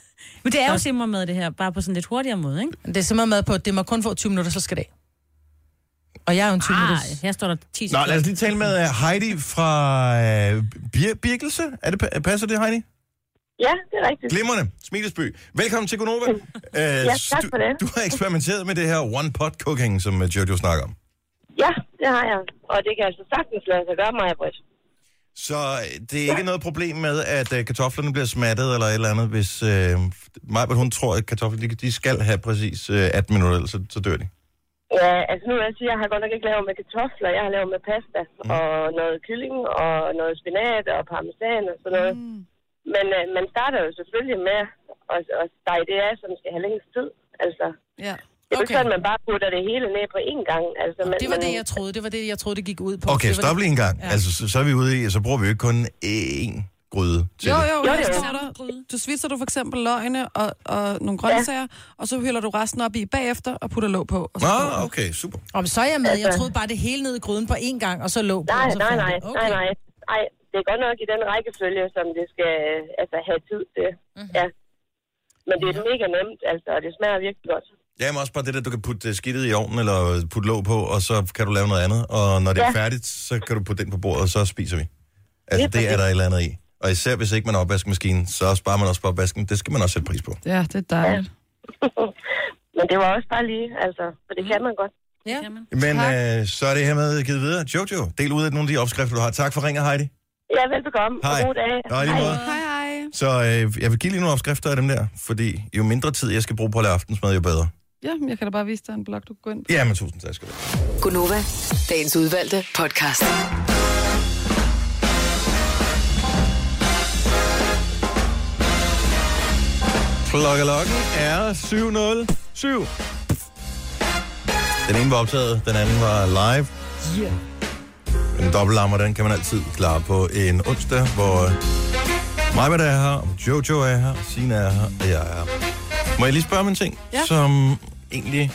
Men det er jo simmermad, det her, bare på sådan lidt hurtigere måde, ikke? Det er simpelthen med på, at det må kun få 20 minutter, så skal det af. Og jeg er jo en 20 Ej, minutters... her står der 10 Nå, sekunder. lad os lige tale med uh, Heidi fra uh, Bir- Birkelse. Er det, pa- passer det, Heidi? Ja, det er rigtigt. Glimrende. Smilesby. Velkommen til Gunova. Uh, Ja, tak for det. Du, du har eksperimenteret med det her one-pot-cooking, som øh, Jojo snakker om. Ja, det har jeg. Og det kan altså sagtens lade sig gøre, mig Britt. Så øh, det er ikke noget problem med, at øh, kartoflerne bliver smattet eller et eller andet, hvis øh, Majbert, hun tror, at kartofler, de, de skal have præcis øh, 18 minutter, ellers så, så dør de. Ja, altså nu vil jeg sige, at jeg har godt nok ikke lavet med kartofler. Jeg har lavet med pasta mm. og noget kylling og noget spinat og parmesan og sådan noget. Mm. Men øh, man starter jo selvfølgelig med at, at stege det af, som skal have længst tid. Altså, Ja. det er jo Okay. ikke sådan, at man bare putter det hele ned på én gang. Altså, man, Det var man, det, jeg troede. Det var det, jeg troede, det gik ud på. Okay, det var stop lige en gang. Ja. Ja. Altså, så, så er vi ude i, så bruger vi jo ikke kun én gryde til Jo, det. jo, jo. jo. jo, jo. Du svitser du for eksempel løgene og, og nogle grøntsager, og så hælder du resten op i bagefter og putter låg på. Og så står Nå, det. okay, super. Om så er jeg med. Jeg troede bare det hele ned i gryden på én gang, og så lå på. Nej, og så nej, fandt nej, jeg- nej, nej. Nej, det er godt nok i den rækkefølge, som det skal øh, Mhm. altså, have tid til. Mm-hmm. Ja. Men det er mega nemt, altså, og det smager virkelig godt. Jamen også bare det der, du kan putte øh, skidtet i ovnen, eller øh, putte låg på, og så kan du lave noget andet. Og når det er Ja. færdigt, så kan du putte den på bordet, og så spiser vi. Altså, det Lige er præcis. der et eller andet i. Og især hvis ikke man har opvaskemaskinen, så sparer man også på opvasken. Det skal man også sætte pris på. Ja, det er dejligt. Men det var også bare lige, altså, for Mhm. det kan man godt. Ja. Kan man? Men Tak. øh, så er det her med givet videre. Jojo, del ud af nogle af de opskrifter, du har. Tak for ringet, Heidi. Ja, velbekomme. Hej. Og god dag. Nå, i lige måde. Hej, hej. Så øh, jeg vil give lige nogle opskrifter af dem der, fordi jo mindre tid, jeg skal bruge på at lave aftensmad, jo bedre. Ja, jeg kan da bare vise dig en blog, du kan gå ind på. Jamen, tusind tak skal du have. Gunova, dagens udvalgte podcast. Klokkelokken er 7.07. Den ene var optaget, den anden var live. Yeah. En dobbeltlammer, den kan man altid klare på en onsdag, hvor Majbert er her, og Jojo er her, Sina er her, og jeg er her. Må jeg lige spørge om en ting, Ja. som egentlig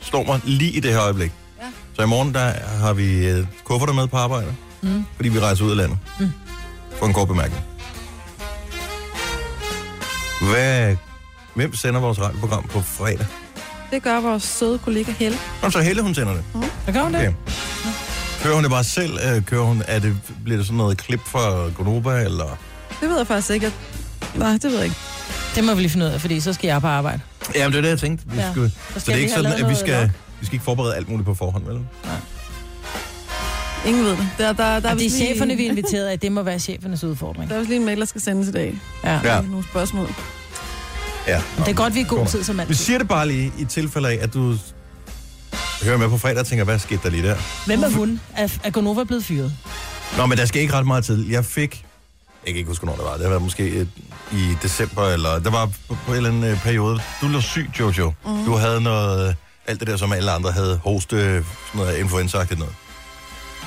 slår mig lige i det her øjeblik? Ja. Så i morgen, der har vi øh, kufferter med på arbejde, mm. fordi vi rejser ud af landet. Mm. For en kort bemærkning. Hvad, hvem sender vores radioprogram på fredag? Det gør vores søde kollega Helle. Mm. Nå, så Helle, hun sender det. Hvad gør hun det? Okay. Kører hun det bare selv? Øh, Kører hun, er det, bliver det sådan noget klip fra Gonova, eller... Det ved jeg faktisk ikke. Jeg... Nej, det ved jeg ikke. Det må vi lige finde ud af, fordi så skal jeg på arbejde. Jamen, det er det, jeg tænkte. Vi Ja. skulle... Så Så, skal så det er vi ikke sådan, have lavet at vi noget skal, nok. vi skal ikke forberede alt muligt på forhånd, vel? Ingen ved det. Der, der, der, Og er det er vist lige- cheferne, vi er inviteret af. Det må være chefernes udfordring. Der er vist lige en mail, der skal sendes i dag. Ja. Ja. Med Nogle spørgsmål. Ja. Det er godt, vi er god Kommer. tid som Vi altid. siger det bare lige i tilfælde af, at du hører med på fredag og tænker, hvad skete der lige der? Hvem er hun? Er, er Gonova blevet fyret? Nå, men der skal ikke ret meget til. Jeg fik... Jeg kan ikke huske, hvornår det var. Det var måske øh, i december, eller... Der var på, på en eller anden øh, periode. Du lå syg, Jojo. Mhm. Mm. Du havde noget... øh, Alt det der, som alle andre havde. Hoste, øh, sådan noget influenza noget.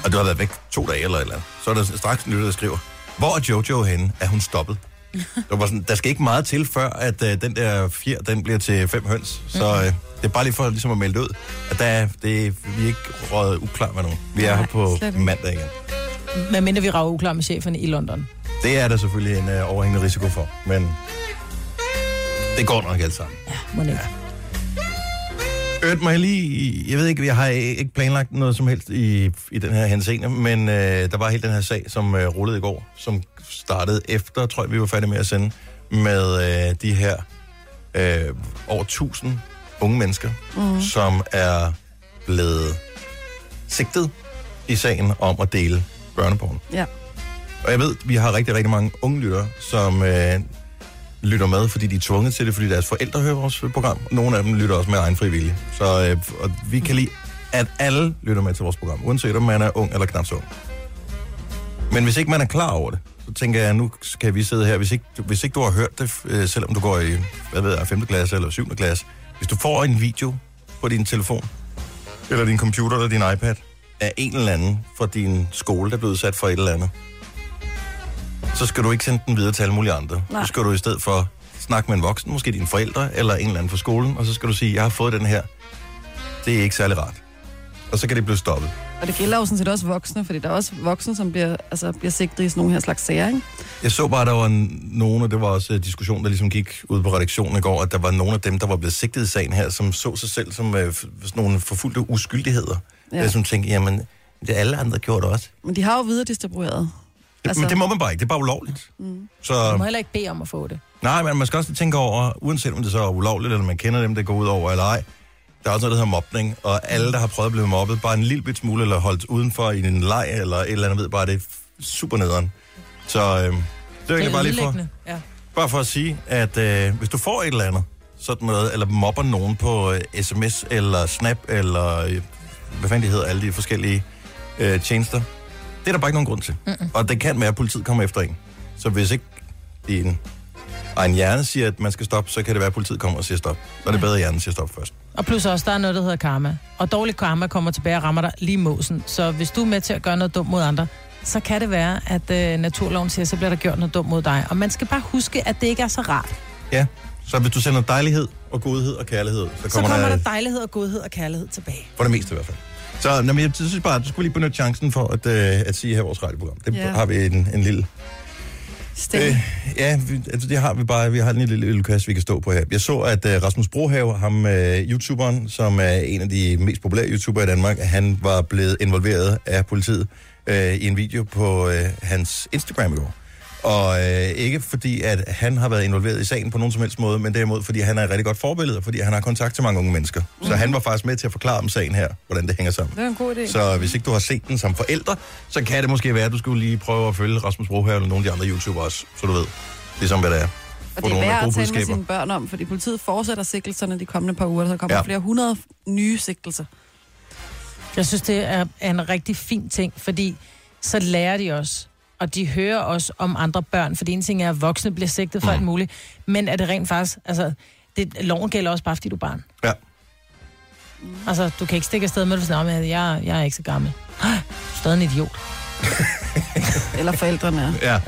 Og du har været væk to dage eller et eller andet. Så er der straks en lytter, der skriver, hvor er Jojo henne? Er hun stoppet? Det var sådan, der skal ikke meget til, før at øh, den der fjer, den bliver til fem høns. Så Mhm. øh, det er bare lige for ligesom at melde det ud, at der, er- det, vi er ikke røget uklar med nogen. Vi er her på slet ikke. mandag igen. Hvad mindre vi rager uklar med cheferne i London? Det er der selvfølgelig en øh, overhængende risiko for, men det går nok alt sammen. Må ikke. Øvrigt mig lige, jeg ved ikke, jeg har ikke planlagt noget som helst i, i den her henseende, men øh, der var helt den her sag, som øh, rullede i går, som startede efter, tror jeg, vi var færdige med at sende, med øh, de her øh, over 1000 unge mennesker, mm. som er blevet sigtet i sagen om at dele børneporn. Ja. Og jeg ved, vi har rigtig, rigtig mange unge lyttere, som øh, lytter med, fordi de er tvunget til det, fordi deres forældre hører vores program. Nogle af dem lytter også med egen frivillige. Så øh, og vi kan lide, at alle lytter med til vores program, uanset om man er ung eller knap så ung. Men hvis ikke man er klar over det, så tænker jeg, nu skal vi sidde her. Hvis ikke, hvis ikke du har hørt det, øh, selvom du går i, hvad ved jeg, 5. klasse eller 7. klasse, hvis du får en video på din telefon, eller din computer eller din iPad, af en eller anden fra din skole, der er blevet udsat for et eller andet, så skal du ikke sende den videre til alle mulige andre. Nej. Nej. Så skal du i stedet for snakke med en voksen, måske dine forældre, eller en eller anden fra skolen, og så skal du sige, jeg har fået den her. Det er ikke særlig rart. Og så kan det blive stoppet. Og det gælder jo sådan set også voksne, fordi der er også voksne, som bliver, altså, bliver sigtet i sådan nogle her slags sager, ikke? Jeg så bare, der var n- nogen, og det var også en diskussion, der ligesom gik ud på redaktionen i går, at der var nogle af dem, der var blevet sigtet i sagen her, som så sig selv som øh, f- sådan nogle forfulgte uskyldigheder. Ja. Ja. Øh, som tænkte, jamen, det er alle andre gjort også. Men de har jo videre distribueret. Det, altså... Men det må man bare ikke, det er bare ulovligt. Mm. Så Øhm. Du må heller ikke bede om at få det. nej, men man skal også lige tænke over, uanset om det så er ulovligt, eller man kender dem, det går ud over, eller ej, der er også noget, der hedder mobning, og alle, der har prøvet at blive mobbet, bare en lille bit smule, eller holdt udenfor i en leg, eller et eller andet, ved bare, det er f- super nederen. Så øh, det er egentlig bare lige for... ødelæggende. Ja. Bare for at sige, at øh, hvis du får et eller andet, sådan noget, eller mobber nogen på øh, sms, eller snap, eller øh, hvad fanden de hedder, alle de forskellige øh, tjenester, det er der bare ikke nogen grund til. Mm-mm. Og det kan være, at politiet kommer efter en. Så hvis ikke din egen hjerne siger, at man skal stoppe, så kan det være, at politiet kommer og siger stop. Så er det bedre, at hjernen siger stop først. Og plus også, der er noget, der hedder karma. Og dårlig karma kommer tilbage og rammer dig lige i måsen. Så hvis du er med til at gøre noget dumt mod andre, så kan det være, at øh, naturloven siger, så bliver der gjort noget dumt mod dig. Og man skal bare huske, at det ikke er så rart. Ja, så hvis du sender dejlighed og godhed og kærlighed, så Så kommer, kommer der, der dejlighed og godhed og kærlighed tilbage. for det meste i hvert fald. Så nå, men jeg synes bare, at du skulle lige benytte chancen for at, øh, at sige her i vores radioprogram. Det Ja. har vi en, en lille Øh, Stille. ja, vi, altså det har vi bare. Vi har en lille, lille kasse, vi kan stå på her. Jeg så, at uh, Rasmus Brohave, ham uh, YouTuberen, som er en af de mest populære YouTubere i Danmark, han var blevet involveret af politiet uh, i en video på uh, hans Instagram i går. Og øh, ikke fordi, at han har været involveret i sagen på nogen som helst måde, men derimod, fordi han er et rigtig godt forbillede, og fordi han har kontakt til mange unge mennesker. Mm. Så han var faktisk med til at forklare om sagen her, hvordan det hænger sammen. Det var en god idé. Så hvis ikke du har set den som forældre, så kan det måske være, at du skulle lige prøve at følge Rasmus Brohave eller nogle af de andre YouTubere også, så du ved, ligesom hvad det er. Og Få det er nogle værd gode at tale med budskaber. sine børn om, fordi politiet fortsætter sigtelserne de kommende par uger, så der kommer Ja. ja. flere hundrede nye sigtelser. Jeg synes, det er er en rigtig fin ting, fordi så lærer de også, og de hører også om andre børn, for det ene ting er, at voksne bliver sigtet Mm. for alt muligt, men er det rent faktisk, altså, det, loven gælder også bare, fordi du er barn. Ja. Altså, du kan ikke stikke afsted med det, sådan, men jeg, jeg er ikke så gammel. Du er stadig en idiot. Eller forældrene er. Ja.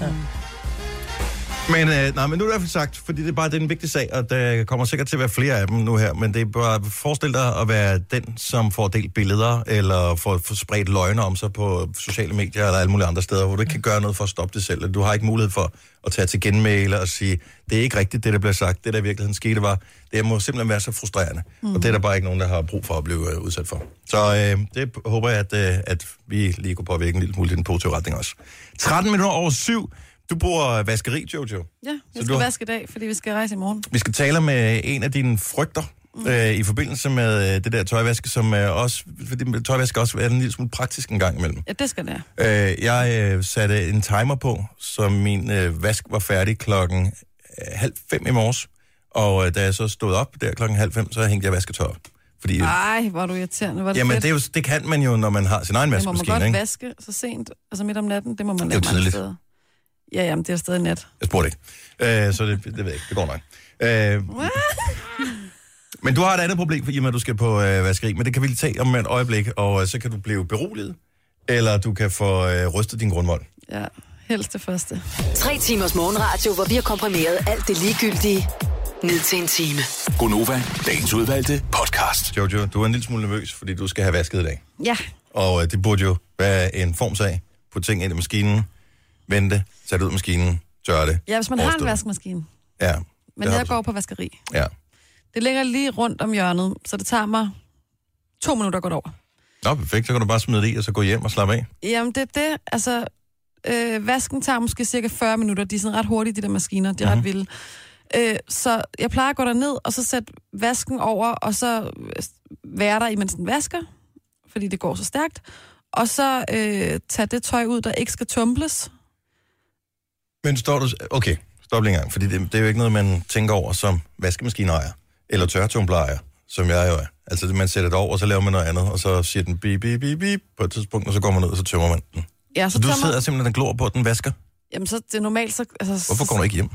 Men, øh, nej, men nu er det i hvert fald sagt, fordi det er bare det er en vigtig sag, og der kommer sikkert til at være flere af dem nu her, men det er bare, forestil dig at være den, som får delt billeder, eller får, får spredt løgne om sig på sociale medier, eller alle mulige andre steder, hvor du ikke kan gøre noget for at stoppe det selv, og du har ikke mulighed for at tage til genmæle og sige, det er ikke rigtigt, det der bliver sagt, det der i virkeligheden skete var, det må simpelthen være så frustrerende, mm. og det er der bare ikke nogen, der har brug for at blive øh, udsat for. Så øh, det håber jeg, at, øh, at vi lige kunne påvirke en lille smule i den positive retning også. 13 minutter over syv, du bruger vaskeri, Jojo. Ja, vi Så skal du har- vaske i dag, fordi vi skal rejse i morgen. Vi skal tale med en af dine frygter mm. øh, i forbindelse med øh, det der tøjvaske, som øh, også, fordi tøjvask kan også være en lille smule praktisk en gang imellem. Ja, det skal det. Øh, jeg øh, satte en timer på, så min øh, vask var færdig klokken øh, halv fem i morges. Og øh, da jeg så stod op der klokken halv fem, så hængte jeg vasketøj op. Fordi, øh, Ej, hvor er du irriterende. Var det jamen, fedt. det, er jo, det kan man jo, når man har sin egen det må man godt vaskemaskine, ikke? vaske så sent, altså midt om natten. Det må man Det er jo lade mange tidligt. steder. Ja, jamen, det er stadig nat. Jeg spurgte ikke. Øh, så det, det ved jeg ikke. Det går nok. Øh, men du har et andet problem, i og med, at du skal på øh, vaskeri, men det kan vi lige tage om et øjeblik, og øh, så kan du blive beroliget, eller du kan få øh, rystet din grundvold. Ja, helst det første. Tre timers morgenradio, hvor vi har komprimeret alt det ligegyldige ned til en time. Gonova, dagens udvalgte podcast. Jojo, du er en lille smule nervøs, fordi du skal have vasket i dag. Ja, Og øh, det burde jo være en formsag. Put ting ind i maskinen, vente, tag det ud af maskinen, tør det. ja hvis man har en overstået. vaskemaskine. Ja. Men det har jeg du- går på vaskeri. Ja. Det ligger lige rundt om hjørnet, så det tager mig to minutter at gå over. Nå, perfekt. Så kan du bare smide det i, og så gå hjem og slappe af. Jamen, det er det. Altså, øh, vasken tager måske cirka 40 minutter. De er sådan ret hurtige, de der maskiner. De er Mhm. ret vilde. Øh, så jeg plejer at gå derned, og så sætte vasken over, og så øh, være der, imens den vasker, fordi det går så stærkt. Og så øh, tage det tøj ud, der ikke skal tumbles. Men står du... Okay, stop lige en gang, fordi det, det er jo ikke noget, man tænker over som vaskemaskineejer, eller tørretumblerejer, som jeg jo er. Altså, det- man sætter det over, og så laver man noget andet, og så siger den bip, bip, bip, bip på et tidspunkt, og så går man ud, og så tømmer man den. Ja, Så du tømmer- sidder simpelthen og glor på, at den vasker. Jamen, så det er normalt, så... Altså, Hvorfor går du ikke hjem?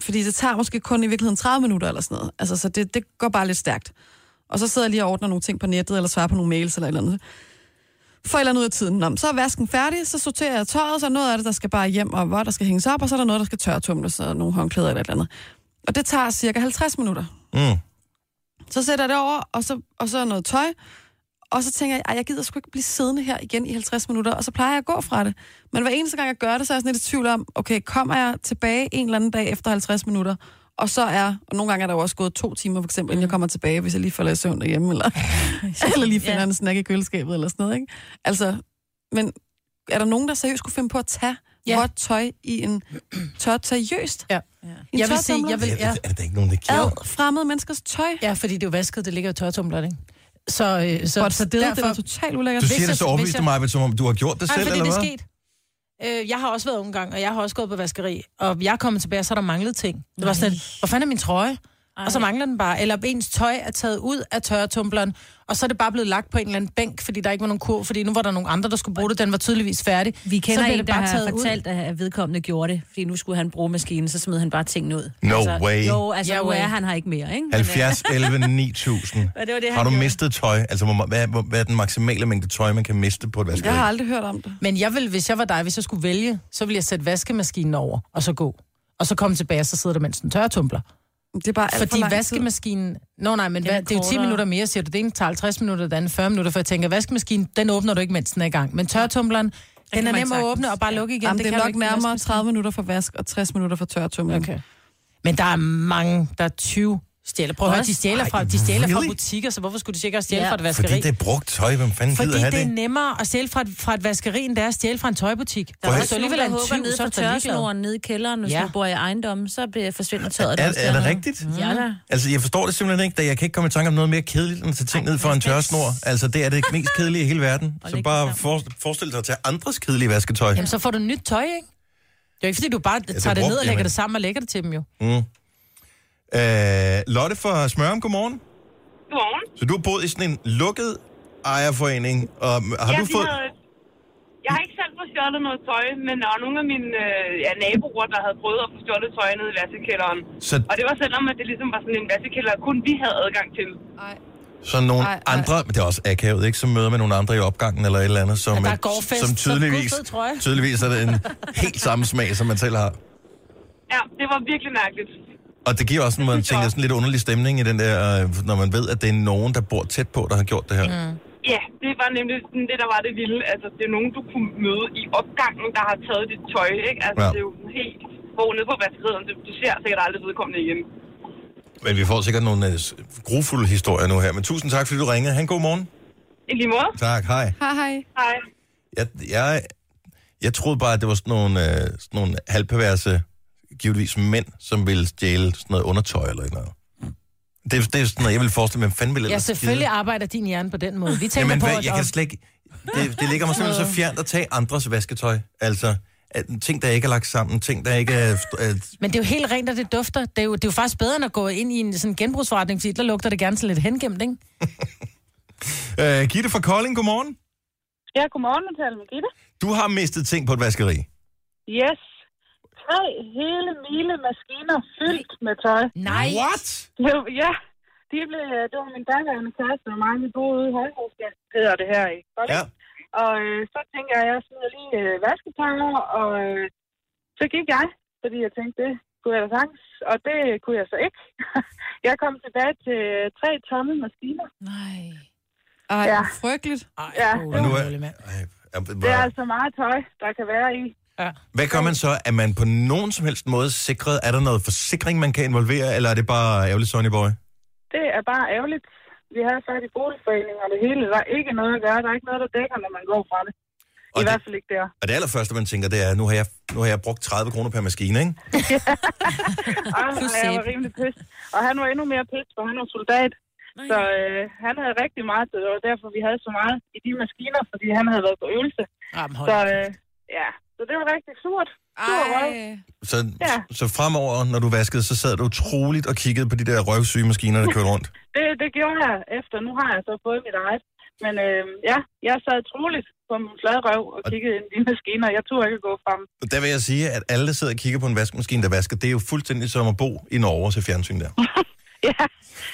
fordi det tager måske kun i virkeligheden 30 minutter eller sådan noget. Altså, så det, det går bare lidt stærkt. Og så sidder jeg lige og ordner nogle ting på nettet, eller svarer på nogle mails eller et eller andet. For et eller andet ud af tiden. Nå, men så er vasken færdig, så sorterer jeg tøjet, så er noget af det, der skal bare hjem, og hvor der skal hænges op, og så er der noget, der skal tørretumles, og nogle håndklæder eller et eller andet. Og det tager cirka 50 minutter. Mm. Så sætter jeg det over, og så, og så noget tøj. Og så tænker jeg, at jeg gider sgu ikke blive siddende her igen i 50 minutter, og så plejer jeg at gå fra det. Men hver eneste gang, jeg gør det, så er jeg sådan lidt i tvivl om, okay, kommer jeg tilbage en eller anden dag efter 50 minutter, og så er, og nogle gange er der jo også gået to timer, for eksempel, inden jeg kommer tilbage, hvis jeg lige falder i søvn derhjemme, eller, eller lige finder Mm. Ja. ja. en snack i køleskabet, eller sådan noget, ikke? Altså, men er der nogen, der seriøst kunne finde på at tage Ja. ja. vådt tøj i en tørt seriøst? Ja. En Jeg vil sige, jeg tørretumbler? vil, Er, ja, er, er der ikke nogen, der kigger? Ad fremmede menneskers tøj. ja, fordi det er jo vasket, det ligger i tørretumbleren, ikke? Så, øh, så, For så så det, det var totalt ulækkert. Du hvis siger jeg- det så hvis overbevist jeg- mig, Majbet, som om du har gjort det Nej, selv, fordi eller det hvad? er sket. Øh, jeg har også været ungang, og jeg har også gået på vaskeri. Og jeg er kommet tilbage, og så er der manglet ting. Det var sådan, lidt, hvor fanden er min trøje? Ej. Og så mangler den bare. Eller ens tøj er taget ud af tørretumbleren, og så er det bare blevet lagt på en eller anden bænk, fordi der ikke var nogen kur, fordi nu var der nogle andre, der skulle bruge det. Den var tydeligvis færdig. Vi kender så blev en, det der bare har taget ud. fortalt, ud. at vedkommende gjorde det, fordi nu skulle han bruge maskinen, så smed han bare tingene ud. No altså, way. Jo, altså, Ja, yeah, nu way. er han her ikke mere, ikke? 70, 11, 9000. Og det var det, han har du gjorde. mistet tøj? Altså, hvor, hvad, hvor- hvad er den maksimale mængde tøj, man kan miste på et vaskeri? Jeg har aldrig hørt om det. Men jeg vil, hvis jeg var dig, hvis jeg skulle vælge, så ville jeg sætte vaskemaskinen over, og så gå. Og så komme tilbage, og så sidder der mens den tørretumbler. Det er bare alt for Fordi lang tid. vaskemaskinen... Nå nej, men Den er hvad, det er jo 10 kortere. minutter mere, siger du. Det ene tager 50 minutter, det andet 40 minutter, for jeg tænker, vaskemaskinen, den åbner du ikke, mens den er i gang. Men tørretumbleren, Den er man nem at sagtens. åbne og bare lukke igen. Jamen, det, det kan du er nok ikke med nærmere vaskemaskinen. 30 minutter for vask og 60 minutter for tørretumling. Okay. Men der er mange, der er 20 stjæler. Prøv at høre, de stjæler, fra, de stjæler fra really? butikker, så hvorfor skulle de så ikke også stjæle Ja. fra et vaskeri? Fordi det er brugt tøj, hvem fanden Fordi gider have det er det? nemmere at stjæle fra et, fra et vaskeri, end det er at stjæle fra en tøjbutik. Der er Prøv også at- alligevel alligevel en en håber tyv, nede så er fra du da ligeglad. tørresnoren nede i kælderen, hvis Ja. ja. du bor i ejendommen, så bliver- forsvinder tøjet. Er, også er det dernede. rigtigt? Ja da. Altså, jeg forstår det simpelthen ikke, da jeg kan ikke komme i tanke om noget mere kedeligt, end at tage ting ned for en tørresnor. Altså, det er det mest kedelige i hele verden. Så lægge bare det for, forestil dig at tage andres kedelige vasketøj. Jamen, så får du nyt tøj, ikke? Det er jo ikke, fordi du bare ja, det er tager det ned brugt, og lægger jamen. det sammen og lægger det til dem jo. Mm. Øh, Lotte fra Smørum, godmorgen. Godmorgen. Så du har boet i sådan en lukket ejerforening, og har du fået... havde... Jeg har ikke selv fået stjålet noget tøj, men der var nogle af mine øh, ja, naboer, der havde prøvet at få stjålet tøj nede i vaskekælderen. Så, Og det var selvom, at det ligesom var sådan en vaskekælder, kun vi havde adgang til. Nej. så nogle Ej, ej. andre, men det er også akavet, ikke? Som møder med nogle andre i opgangen eller et eller andet, som, Ja, der er øh, gårdfest, som så tydeligvis, god fed trøje. tydeligvis er det en helt samme smag, som man selv har. Ja, det var virkelig mærkeligt. Og det giver også en, man synes jeg tænker, også. sådan lidt underlig stemning i den der, øh, når man ved, at det er nogen, der bor tæt på, der har gjort det her. Mm. Ja, det var nemlig sådan det, der var det vilde. Altså, det er nogen, du kunne møde i opgangen, der har taget dit tøj, ikke? Altså, Ja. ja. det er jo sådan helt... Hvor nede på vaskeriet, du, du ser sikkert aldrig vedkommende igen. Men vi får sikkert nogle øh, grufulde historier nu her. Men tusind tak, fordi du ringede. Han, god morgen. I lige måde. Tak, hej. Hej, hej. Hej. Jeg, jeg, jeg troede bare, at det var sådan nogle, øh, sådan nogle halvperverse, givetvis mænd, som ville stjæle sådan noget undertøj eller noget. Det, det er sådan noget, jeg ville forestille mig, hvem fanden ville Ja, ellers selvfølgelig skide? arbejder din hjerne på den måde. Vi tænker Jamen, på, hvad, at... Mm. jeg kan slet ikke... Det, det ligger mig simpelthen så fjernt at tage andres vasketøj. Altså, at, ting, der ikke er lagt sammen, ting, der ikke er... At, Men det er jo helt rent, at det dufter. Det er jo, det er jo faktisk bedre, end at gå ind i en sådan genbrugsforretning, fordi der lugter det gerne sådan lidt hengemt, ikke? øh, Gitte fra Kolding, godmorgen. Ja, godmorgen, jeg taler med Gitte. Du har mistet ting på et vaskeri. Yes. Tre hele mile maskiner fyldt med tøj. Nej. What? Jo, ja. De blev, øh, det var min daværende kæreste og mig, vi boede ude i Højhusgade, hedder det her i Kolding. Ja. Og øh, så tænker jeg, at jeg smider lige øh, vasketøjet, og øh, så gik jeg, fordi jeg tænkte, det kunne jeg da sagtens, og det kunne jeg så ikke. jeg kom tilbage til øh, tre tomme maskiner. Nej. Ej, Ja. ja. frygteligt. Ej, Ja. åh, Men nu det er, er dårligt, mand. Ej, ja, Det er hvor- altså meget tøj, der kan være i. hvad gør man så? Er man på nogen som helst måde sikret? Er der noget forsikring, man kan involvere, eller er det bare ærgerligt, Sonny Boy? Det er bare ærgerligt. Vi har fat i boligforeninger og det hele. Der er ikke noget at gøre. Der er ikke noget, der dækker, når man går fra det. I Og det, hvert fald ikke der. og det allerførste, man tænker, det er, nu har jeg, nu har jeg brugt 30 kroner per maskine, ikke? Og jeg var rimelig pist. Og han var endnu mere pist, for han var soldat. Så øh, han havde rigtig meget, og det var derfor, vi havde så meget i de maskiner, fordi han havde været på øvelse. Jamen, hold Så da. øh, ja, så det var rigtig surt. Sur røv. Ej. Så, Ja. så fremover, når du vaskede, så sad du utroligt og kiggede på de der røvsyge maskiner, der kørte rundt. Det, det gjorde jeg efter. Nu har jeg så fået mit eget. Men øh, ja, jeg sad troligt på min flade røv og kiggede ind i de maskiner. Jeg turde ikke gå frem. Og der vil jeg sige, at alle, der sidder og kigger på en vaskemaskine, der vasker, det er jo fuldstændig som at bo i Norge og se fjernsyn der. Ja, Tak Jeg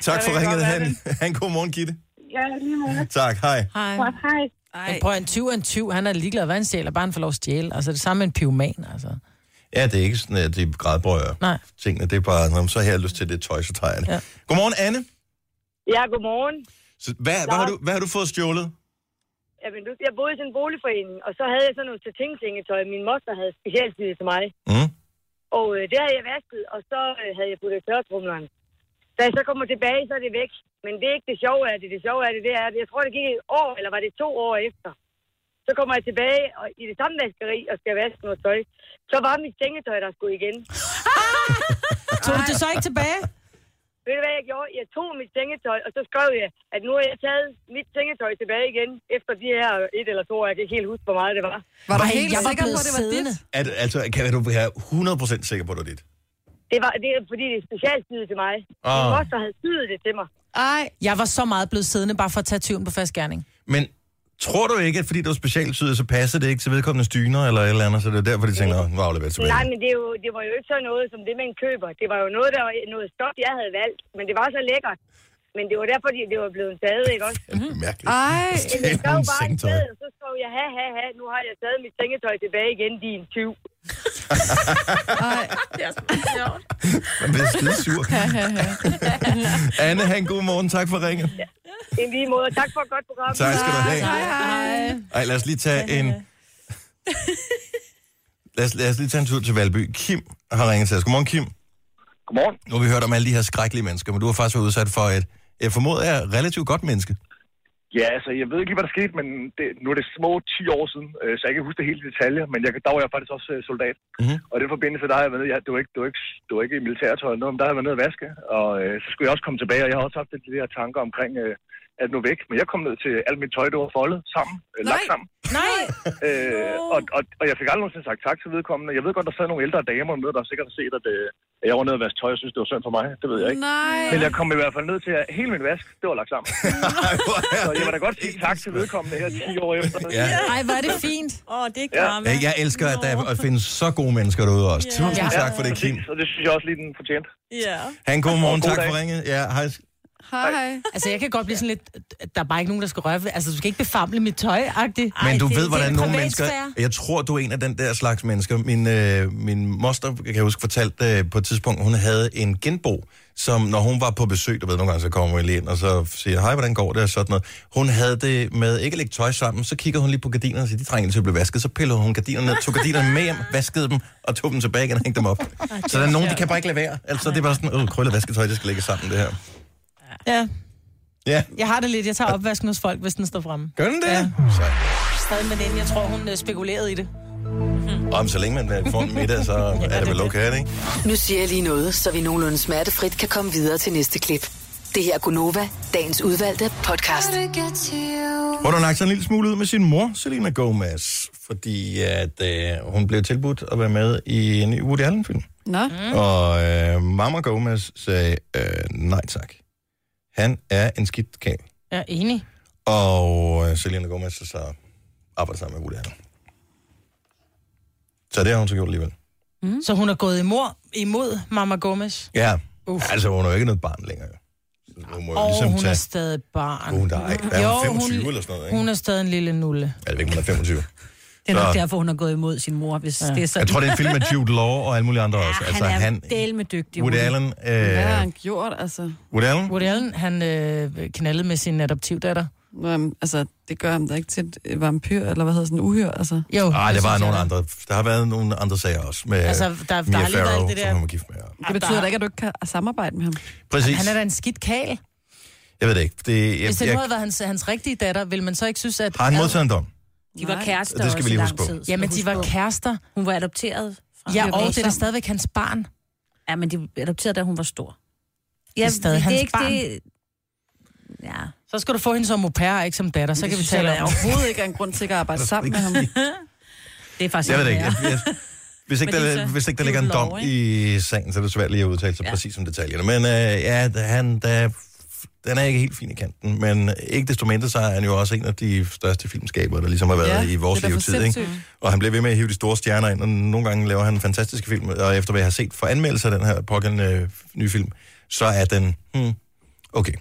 for ved godt, ringet. hvad Han, han god morgen, Gitte. ja lige meget. Tak, hej. Hej. Godt, hej. Ej. Men prøv, at, en tyv er en tyv. Han er ligeglad, hvad han stjæler, bare han får lov at stjæle. Altså, det samme med en pyroman, altså. Ja, det er ikke sådan, at de grædbøjer Nej. tingene. Det er bare, når så har jeg lyst til det tøj, så tager jeg det. Ja. Ja. Godmorgen, Anne. Ja, godmorgen. Så, hvad, hvad, har du, hvad har du fået stjålet? Jamen, du- jeg boede i sådan en boligforening, og så havde jeg sådan nogle tatingtingetøj. Min moster havde specielt syet til mig, Mm. og øh, det havde jeg vasket, og så øh, havde jeg puttet i tørretrumleren. Da jeg så kommer tilbage, så er det væk. Men det er ikke det sjove af det. Det sjove af det, det er, at jeg tror, det gik et år, eller var det to år efter. Så kommer jeg tilbage og, i det samme vaskeri og skal vaske noget tøj. Så var mit sengetøj, der skulle igen. Tog du det så ikke tilbage? Ved du, hvad jeg gjorde? Jeg tog mit sengetøj, og så skrev jeg, at nu har jeg taget mit sengetøj tilbage igen, efter de her et eller to år. Jeg kan ikke helt huske, hvor meget det var. Var du Ej, helt jeg var sikker på, blevet at det var siddende. dit? Er, det- altså, kan du være 100% sikker på, at det er dit? Det, var, det er fordi, det er specielt syet til mig. Ah. Oh. Min moster havde syet det til mig. Ej. Jeg var så meget blevet siddende, bare for at tage tyven på fast gerning. Men tror du ikke, at fordi det var specialsyet, så passer det ikke til vedkommende styner eller et eller andet, så det er derfor, de tænker, "Nå, nu afleverer jeg tilbage. Nej, men det, er jo, det var jo ikke så noget som det, man køber. Det var jo noget, der var noget stof, jeg havde valgt. Men det var så lækkert. Men det var derfor, de- det var blevet taget, ikke også? Det er mærkeligt. Altså, Ej. Men jeg Det er skrev nogle bare en sengtøj. sted, og så skrev jeg, ha, ha, ha, nu har jeg taget mit sengetøj tilbage igen, din tyv. Ej. Man bliver skide sur. Anne, han god morgen. Tak for ringet. I lige måde. Tak for et godt program. Tak skal du have. Hej, hej. Ej, lad os lige tage en... Lad os, lad os lige tage en tur til Valby. Kim har ringet til os. Godmorgen, Kim. Godmorgen. Nu har vi hørt om alle de her skrækkelige mennesker, men du har faktisk været udsat for et, jeg formoder, er relativt godt menneske. Ja, altså, jeg ved ikke lige, hvad der skete, men det, nu er det små 10 år siden, øh, så jeg kan ikke huske det hele i detalje, men jeg, kan- der var jeg faktisk også øh, soldat. Mhm. Og i den forbindelse, der har jeg været nede, ja, det var ikke, det var ikke, det var ikke i militærtøj eller noget, men der har jeg været nede at vaske, og øh, så skulle jeg også komme tilbage, og jeg har også haft lidt de der tanker omkring, øh, at nu væk, men jeg kom ned til alt mit tøj, det var foldet sammen, øh, lagt Nej. sammen, Nej, øh, og, og, og, jeg fik aldrig nogensinde sagt tak til vedkommende. Jeg ved godt, der sad nogle ældre damer med, der sikkert har set, at, øh, at jeg var nede at vaske tøj, og synes, det var synd for mig, det ved jeg ikke. Nej. Men jeg kom i hvert fald ned til, at hele min vask, det var lagt sammen. Så jeg vil da godt sige tak til vedkommende her 10 år efter. Ja. Ej, hvor er det fint. Åh, oh, det er Ja. karma. Jeg elsker, at der at findes så gode mennesker derude også. Tusind Ja. tak for det, Kim. Så det synes jeg også lige, den fortjente. Ja. Han, god morgen. God Tak dag. for ringet. Ja, hej. Hej, hej. Altså, jeg kan godt blive sådan lidt... Der er bare ikke nogen, der skal røre ved... Altså, du skal ikke befamle mit tøj-agtigt. Men du det- det ved, er hvordan en nogle mennesker... privatsfære. Jeg tror, du er en af den der slags mennesker. Min, øh, min moster, kan jeg huske, fortalte øh, på et tidspunkt, hun havde en genbo, som når hun var på besøg, du ved, nogle gange så kommer hun lige ind, og så siger, hej, hvordan går det, og sådan noget. Hun havde det med ikke at lægge tøj sammen, så kigger hun lige på gardinerne og siger, de trænger til at blive vasket. Så pillede hun gardinerne ned, tog gardinerne med hjem, vaskede dem, og tog dem tilbage igen og hængte dem op. Så der er nogen, de kan bare ikke lade være. Altså, det er bare sådan, øh, krøllet vasketøj, det skal lægge sammen, det her. Ja, Ja, jeg har det lidt. Jeg tager opvasken hos folk, hvis den står fremme. gør den det? Ja. Så. Stadig med den. Jeg tror, hun øh, spekulerede i det. Om så længe man får en middag, så er det vel okay, er det ikke? Nu siger jeg lige noget, så vi nogenlunde smertefrit kan komme videre til næste klip. Det her er Gunova, dagens udvalgte podcast. Hvor du lagt sig en lille smule ud med sin mor, Selena Gomez, fordi at, øh, hun blev tilbudt at være med i en ny Woody Allen-film. Nå, Mm. Og øh, Mama Gomez sagde, øh, nej tak. Han er en skidt kæl. Jeg er enig. Og øh, Selena Gomez så, så arbejder sammen med Woody Allen. Så det har hun så gjort alligevel. Mm. Så hun er gået imod, imod Mama Gomez. Ja, Uf. altså hun er jo ikke noget barn længere. jo. Så Hun må jo Og ligesom hun er tage... stadig barn. Hun, der er, ikke- hvad er hun, Jo, hun- 25 eller sådan noget, ikke? Hun er stadig en lille nulle. Jeg ved ikke, om hun er 25. Det er nok Så- derfor, hun har gået imod sin mor, hvis ja. det er sådan. Jeg tror, det er en film med Jude Law og alle mulige andre også. Altså, ja, han er han, del med dygtig. Woody Woody. Allen. hvad har Øh, han gjort, altså? Woody Allen? Woody Allen, han øh, knaldede med sin adoptivdatter. Øhm, altså, det gør ham da ikke til et øh, vampyr, eller hvad hedder sådan, uhyr, altså. Jo, Nej, det Ah, der var synes nogle jeg. andre. Der har været nogle andre sager også med Altså, altså, der, der- der har Mia alligevel Farrow, det der- som hun var gift med. Ja. Ah, Det betyder da ikke, at du ikke kan samarbejde med ham. Præcis. Han er da en skidt kal. Jeg ved det ikke. Det, jeg, Hvis det jeg, nu havde været hans, hans rigtige datter, ville man så ikke synes, at... har han modtaget en dom? De var Nej. kærester Det skal vi også i lige lang huske på. tid, skal Jamen, du de huske var på. kærester. Hun var adopteret. Fra Ja, Det er og det er da voldsomt. stadigvæk hans barn. Ja, men de blev adopteret, da hun var stor. Ja, er stadig hans barn. Det... Ja. Så skal du få hende som au pair, ikke som datter. Så kan vi synes jeg, tale der om overhovedet ikke er en grund til ikke at arbejde sammen med ham. Det er faktisk Jeg ved det ikke. værre. Jeg, jeg, hvis ikke, Men det er der, så hvis ikke der Jude ligger en dom Law, i sagen, så er det svært lige at udtale sig ja. Ja. præcis om detaljerne. Men øh, ja, da han, da, den er ikke helt fin i kanten, men ikke desto mindre, så er han jo også en af de største filmskabere, der ligesom har været Ja, i vores det er da for levetid. Ikke? sindssygt. Og han bliver ved med at hive de store stjerner ind, og nogle gange laver han fantastiske film, og efter hvad jeg har set for anmeldelser af den her pågældende øh, nye film, så er den, hmm, okay.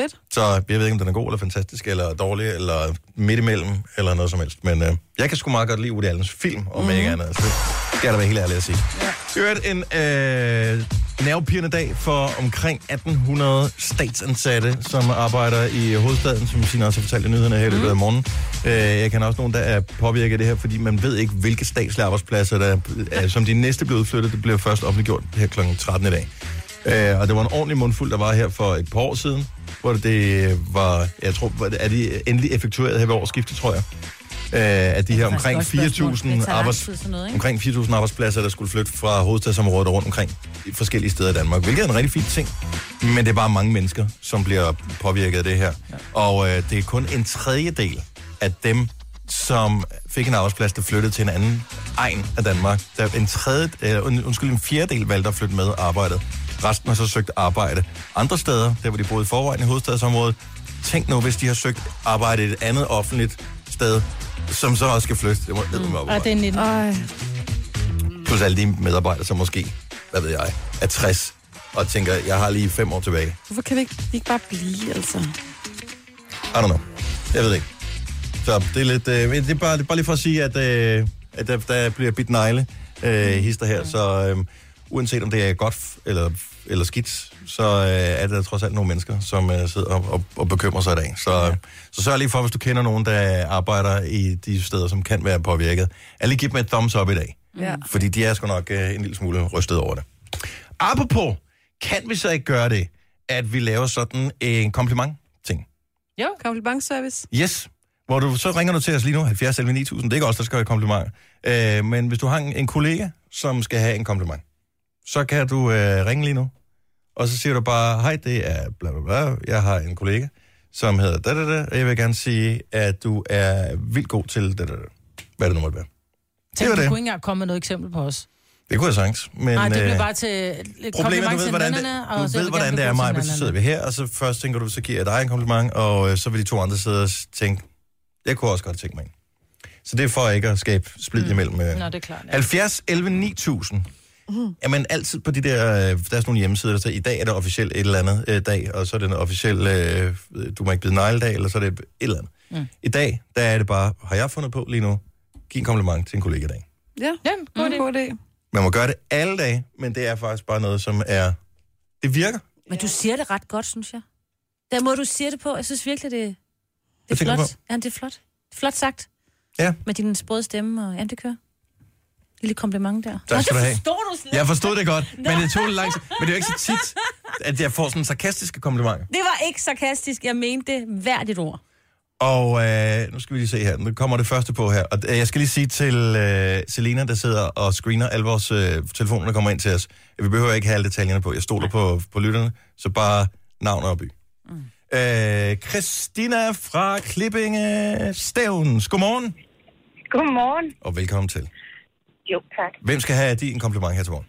Fedt. Så jeg ved ikke, om den er god eller fantastisk, eller dårlig, eller midt imellem, eller noget som helst. Men øh, jeg kan sgu meget godt lide Woody Allens film, om mm. ikke andet. Så det skal jeg da være helt ærlig at sige. Ja. Hørt en øh, nervepirrende dag for omkring 1800 statsansatte, som arbejder i hovedstaden, som Sina også har fortalt i nyhederne her i Mm. løbet af morgenen. Øh, jeg kan også nogen, der er påvirket af det her, fordi man ved ikke, hvilke statslige arbejdspladser, der, øh, som de næste bliver udflyttet. Det bliver først offentliggjort her kl. 13 i dag. Øh, og det var en ordentlig mundfuld, der var her for et par år siden, hvor det øh, var, jeg tror, hvor det- er de endelig effektueret her ved årsskiftet, tror jeg, øh, at de her er faktisk omkring et godt spørgsmål. Det 4.000 tager lang arbejds, tid, sådan noget, ikke? omkring 4.000 arbejdspladser, der skulle flytte fra hovedstadsområdet og rundt omkring i forskellige steder i Danmark, hvilket er en rigtig fin ting, men det er bare mange mennesker, som bliver påvirket af det her. Og øh, det er kun en tredjedel af dem, som fik en arbejdsplads, der flyttede til en anden egen af Danmark. Der en, tredje, øh, und- undskyld, en fjerdedel valgte at flytte med arbejdet. Resten har så søgt arbejde andre steder, der hvor de boede i forvejen i hovedstadsområdet. Tænk nu, hvis de har søgt arbejde et andet offentligt sted, som så også skal flytte. Det må, det må, Mm. Og det er 19. Øj, plus alle de medarbejdere, som måske, hvad ved jeg, er 60 og tænker, jeg har lige fem år tilbage. hvorfor kan vi ikke, ikke bare blive, altså? I don't know. Jeg ved ikke. Så det er lidt, øh, men det er bare, det er bare lige for at sige, at, øh, at der, der bliver bidt negle øh, hister her, så øh, uanset om det er godt f- eller, eller skidt, så øh, er der trods alt nogle mennesker, som øh, sidder og, og, og bekymrer sig i dag. Så, ja. så sørg lige for, hvis du kender nogen, der arbejder i de steder, som kan være påvirket, at lige give dem et thumbs up i dag. Ja. Fordi de er sgu nok øh, en lille smule rystet over det. Apropos, kan vi så ikke gøre det, at vi laver sådan en kompliment-ting? Jo. Komplimentservice. Yes. Hvor du, så ringer du til os lige nu, 70 11 9000. Det er ikke os, der skal have kompliment. Øh, men hvis du har en, en kollega, som skal have en kompliment, så kan du øh, ringe lige nu. Og så siger du bare, hej, det er bla bla bla, jeg har en kollega, som hedder da da da, og jeg vil gerne sige, at du er vildt god til da da da. Hvad det nu måtte være. Tænk, var du det. kunne ikke engang komme med noget eksempel på os. Det kunne jeg sagtens, men... Nej, det øh, blev bare til Problemet, du ved, hvordan det, og så du ved, vil hvordan gerne det er, Maja, så blive god til hinanden. sidder vi her, og så først tænker du, så giver jeg dig en kompliment, og øh, så vil de to andre sidde og s- tænke, jeg kunne også godt tænke mig en. Så det er for ikke at skabe splid mm. imellem. Øh. Nå, det er klart. Ja. 70, 11, 9000. Mm. Er man altid på de der, øh, der er sådan nogle hjemmesider, der siger, i dag er det officielt et eller andet øh, dag, og så er det en officiel, øh, du må ikke bide negledag, eller så er det et eller andet. Mm. I dag, der er det bare, har jeg fundet på lige nu, giv en kompliment til en kollega i dag. Ja, Mm, Ja, god god idé. Man må gøre det alle dage, men det er faktisk bare noget, som er... Det virker. Men du siger det ret godt, synes jeg. Der må du siger det på. Jeg synes virkelig, det, Hvad det er tænker du flot. Ja, det er flot. Flot sagt. Ja. Med din sprøde stemme, og ja, det kører. Lille kompliment der. Tak skal du have. Forstår du slet? Jeg forstod det godt, men det tog lidt lang tid. Men det er jo ikke så tit, at jeg får sådan sarkastiske komplimenter. Det var ikke sarkastisk. Jeg mente det hvert et ord. Og øh, nu skal vi lige se her. Nu kommer det første på her. Og øh, jeg skal lige sige til øh, Selena, der sidder og screener alle vores øh, telefoner, der kommer ind til os. at Vi behøver ikke have alle detaljerne på. Jeg stoler på, på lytterne, så bare navn og by. Mm. Øh, Christina fra Klippinge Stævns. Godmorgen, Godmorgen. og velkommen til. Jo, tak. Hvem skal have din kompliment her til morgen?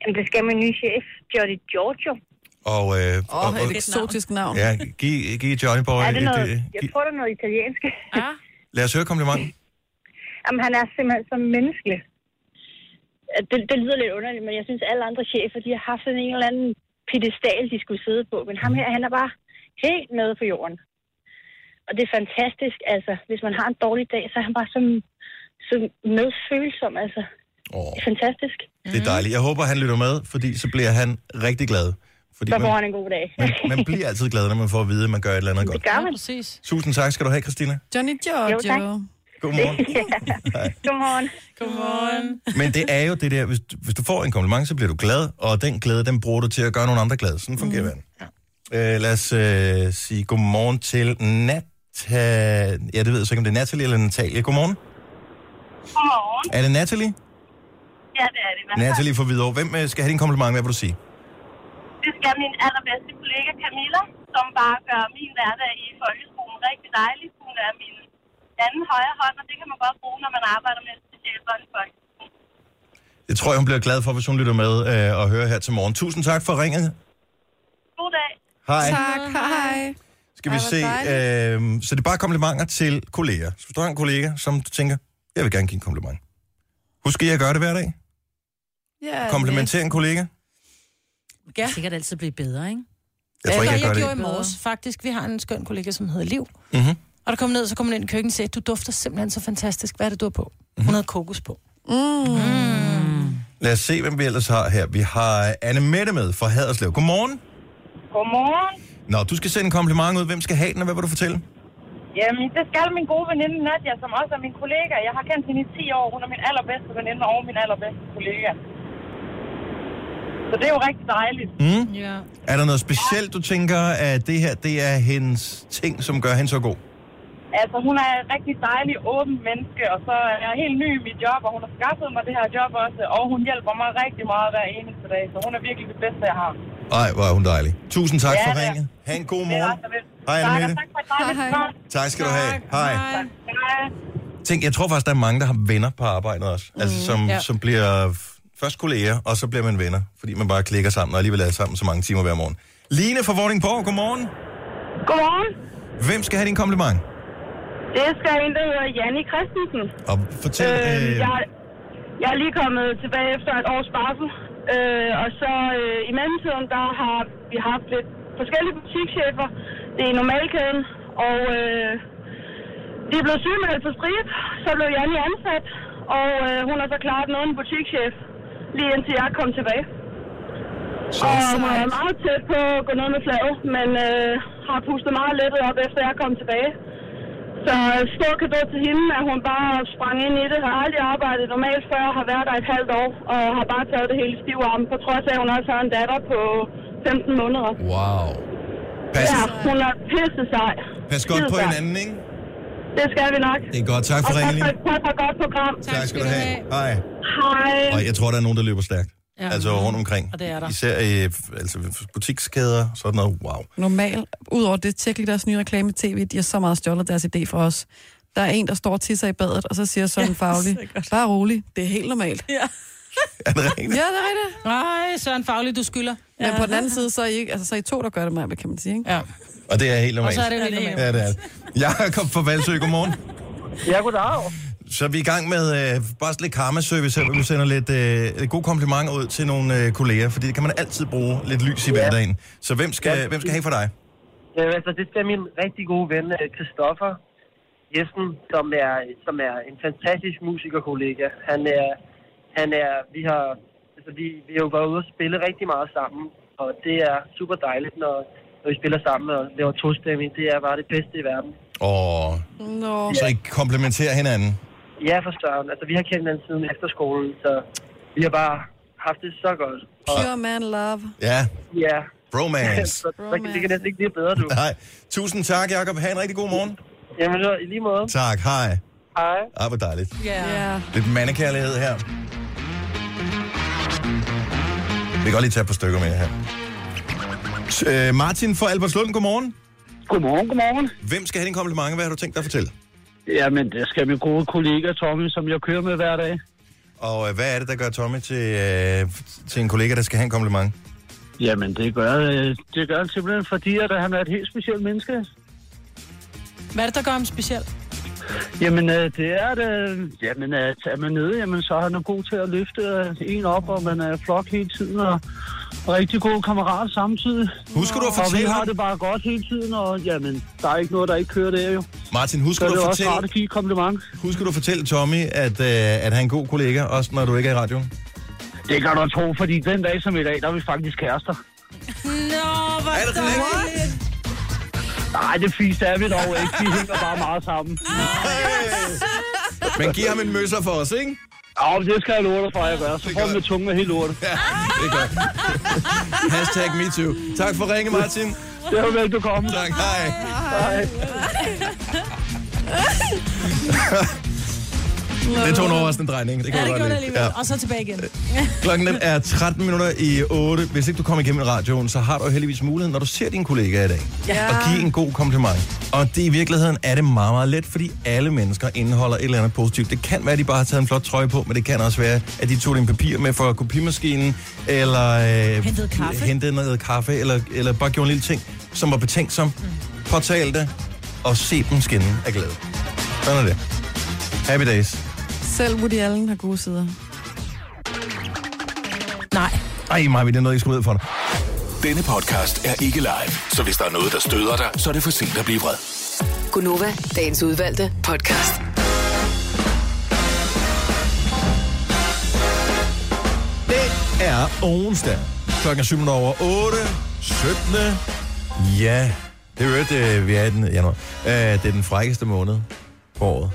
Jamen, det skal min nye chef, Jody Giorgio. Og, øh, Åh, oh, et eksotisk navn. ja, giv, giv Johnny Boy... Er det et, noget, øh, jeg giv- tror, det er noget italiensk. Ja. Ah. Lad os høre komplimenten. Jamen, han er simpelthen så menneskelig. Ja, Det, det lyder lidt underligt, men jeg synes, alle andre chefer, de har haft sådan en eller anden pedestal, de skulle sidde på. Men ham her, han er bare helt nede på jorden. Og det er fantastisk, altså. Hvis man har en dårlig dag, så er han bare så, så medfølsom, altså. Oh, Det er fantastisk. det er dejligt. Jeg håber, han lytter med, fordi så bliver han rigtig glad. Fordi Så man, får han en god dag. man, man bliver altid glad, når man får at vide, at man gør et eller andet Det godt. gør Ja, man. præcis. Tusind tak skal du have, Christina. Johnny Jo, tak. Giorgio. Godmorgen. Godmorgen. Godmorgen. Men det er jo det der, hvis, du- hvis du får en kompliment, så bliver du glad, og den glæde, den bruger du til at gøre nogle andre glade. Sådan Mm. fungerer verden. Øh, lad os øh, sige godmorgen til Nata... Ja, det ved jeg så ikke, om det er Natalie eller Natalia. Godmorgen. Godmorgen. Er det Natalie? Ja, det er det. Hvad så? Natalie fra Hvidovre. Hvem øh, skal have din kompliment? Hvad vil du sige? Det skal min allerbedste kollega Camilla, som bare gør min hverdag i folkeskolen rigtig dejlig. Hun er min anden højre hånd, og det kan man godt bruge, når man arbejder med specielt børnefolk. Det tror jeg, hun bliver glad for, hvis hun lytter med øh, og hører her til morgen. Tusind tak for ringet. God dag. Hej. Tak, hej. Skal vi Ej, se. hvor Øh, så det er bare komplimenter til kolleger. Så hvis du har en kollega, som du tænker, jeg vil gerne give en kompliment. Husk, at jeg gør det hver dag. Ja, Komplimenter en kollega. Ja. Det kan sikkert altid blive bedre, ikke? Jeg tror Eller ikke, jeg gør gjorde i det. morges, faktisk. Vi har en skøn kollega, som hedder Liv. Mhm. Og der kom ned, så kom hun ind i køkkenet og sagde, du dufter simpelthen så fantastisk. Hvad er det, du har på? Mm. Hun havde kokos på. mhm. Lad os se, hvem vi ellers har her. Vi har Anne Mette med fra Haderslev. Godmorgen. Godmorgen. Nå, du skal sende en kompliment ud. Hvem skal have den, og hvad vil du fortælle? Jamen, det skal min gode veninde Nadia, som også er min kollega. Jeg har kendt hende i 10 år. Hun er min allerbedste veninde og min allerbedste kollega. Så det er jo rigtig dejligt. Mm? Ja. Er der noget specielt, du tænker, at det her det er hendes ting, som gør hende så god? Altså, hun er en rigtig dejlig, åben menneske, og så er jeg helt ny i mit job, og hun har skaffet mig det her job også, og hun hjælper mig rigtig meget hver eneste dag, så hun er virkelig det bedste, jeg har. Ej, hvor er hun dejlig. Tusind tak Ja, for det er. ringet. Ha' en god Det er morgen. ret så vildt. Hej, Tak, Anne og Mette. Tak for et dejligt Hej, hej. program. Tak skal du have. Hej. Hej. Tænk, jeg tror faktisk, der er mange, der har venner på arbejdet også. Mm, altså, som, ja. ja. som bliver f- først kolleger, og så bliver man venner. Fordi man bare klikker sammen, og alligevel er sammen så mange timer hver morgen. Line fra Vordingborg, godmorgen. Godmorgen. Hvem skal have din kompliment? Det skal en, der hedder Janni Christensen. Og fortæl... Øh, Øh, jeg, jeg er lige kommet tilbage efter et års barsel. Øh, og så øh, i mellemtiden, der har vi haft lidt forskellige butikschefer. Det er normalkæden, og øh, de er blevet sygemeldt på strip. Så blev Janne ansat, og øh, hun har så klaret noget en butikschef. lige indtil jeg kom tilbage. Så og sejt. var meget tæt på at gå ned med flaget, men øh, har pustet meget lettet op, efter jeg kom tilbage. Så øh, stor kado til hende, at hun bare sprang ind i det. Har aldrig arbejdet normalt før, har været der et halvt år, og har bare taget det hele i stiv arm, på trods af, at hun også har en datter på 15 måneder. Wow. Pas, Ja, hun er pisse sej. pas godt på Skidesej. hinanden, ikke? Det skal vi nok. Det er godt. Tak for og tak ringen. for et tak for et godt program. Tak skal du have. Hej. Hej. Og jeg tror, der er nogen, der løber stærkt. Øh. Ja. Ja. Altså rundt omkring. Og det er der. Især i f- altså, butikskæder og sådan noget. Wow. Normalt, udover det, tjek lige deres nye reklame-tv, de har så meget stjålet deres idé for os. Der er en, der står og tisser i badet, og så siger sådan ja, faglig, bare rolig, det er helt normalt. Ja. Er det rigtigt? Ja, det er rigtigt. Nej, Søren Faglig, du skylder. Men på den anden side, så er I, ikke, altså, så er I to, der gør det med, kan man sige. Ikke? Ja. Og det er helt Og normalt. så er det jo helt normalt. Ja, det er det. Jakob fra Valsø, godmorgen. Ja, goddag. Så vi er i gang med øh, bare lidt karma-service her, hvor vi sender lidt øh, lidt gode komplimenter ud til nogle øh, kolleger, fordi det kan man altid bruge lidt lys i Ja. hverdagen. Så hvem skal, Ja. hvem skal have for dig? Øh, altså, det skal min rigtig gode ven, øh, Christoffer Jessen, som er, som er en fantastisk musikerkollega. Han er, han er, vi har, altså, vi, vi har jo været ude og spille rigtig meget sammen, og det er super dejligt, når, når vi spiller sammen og laver tostemming. Det er bare det bedste i verden. Og Nå. så I komplementerer hinanden. Ja, for Søren. Altså, vi har kendt hinanden siden efterskolen, så vi har bare haft det så godt. Og, Pure man love. Ja, ja. bromance. så, så, det kan næsten ikke blive bedre, du. Nej. Tusind tak, Jakob. Ha' en rigtig god morgen. Jamen, så, i lige måde. Tak. Hej. Hej. Ej, hvor dejligt. Ja. Yeah. Lidt mandekærlighed her. Vi kan godt lige tage et par stykker med her. S- Øh, Martin fra Albertslund, godmorgen. Godmorgen, godmorgen. Hvem skal have din kompliment? Hvad har du tænkt dig at fortælle? Jamen, det skal min gode kollega Tommy, som jeg kører med hver dag. Og øh, hvad er det, der gør Tommy til, øh, til en kollega, der skal have en kompliment? Jamen, det gør, øh, det gør han simpelthen, fordi at han er et helt specielt menneske. Hvad er det, der gør ham speciel? Jamen, øh, det er, at, øh, jamen, at er man nede, jamen, så er han jo god til at løfte øh, en op, og man er flot hele tiden, og og rigtig gode kammerater samtidig. Husker du at Og vi fortælle har ham- det bare godt hele tiden, og jamen, der er ikke noget, der ikke kører der jo. Martin, husker Så du det at er også fortælle... rart at give et kompliment. Husker du at fortælle Tommy, at, øh, at han er en god kollega, også når du ikke er i radioen? Det kan du tro, fordi den dag som i dag, der er vi faktisk kærester. Nå, hvor er det dejligt. Nej, det fisk er vi dog ikke. Vi hænger bare meget sammen. Men giv ham en møsser for os, ikke? Ja, men det skal jeg love dig for, at jeg gør. Så får du med tungen med helt lortet. Ja, det gør Hashtag MeToo. Tak for ringe, Martin. Det var velbekomme. Tak, hej. Hej. Det tog en overraskende drejning. Det Ja, kan det man gjorde godt det lide. alligevel. Og så tilbage igen. Klokken den er 13 minutter i 8. Hvis ikke du kommer igennem radioen, så har du heldigvis muligheden, når du ser dine kollegaer i dag, Ja. at give en god kompliment. Og det i virkeligheden er det meget, meget let, fordi alle mennesker indeholder et eller andet positivt. Det kan være, at de bare har taget en flot trøje på, men det kan også være, at de tog en papir med fra kopimaskinen, eller øh, Hentede kaffe. hentede noget kaffe, eller, eller bare gjorde en lille ting, som var betænksom, mm. påtalte, og se dem skinne af glæde. Sådan er det. Happy days. Selv Woody Allen har gode sider. Nej. Ej, Maja, det er noget, jeg skulle ud for dig. Denne podcast er ikke live, så hvis der er noget, der støder dig, så er det for sent at blive vred. Gunova, dagens udvalgte podcast. Det er onsdag. Klokken er 7 over 8. 17. Ja. Det er jo et, øh, vi er i den januar. Øh, det er den frækkeste måned på året.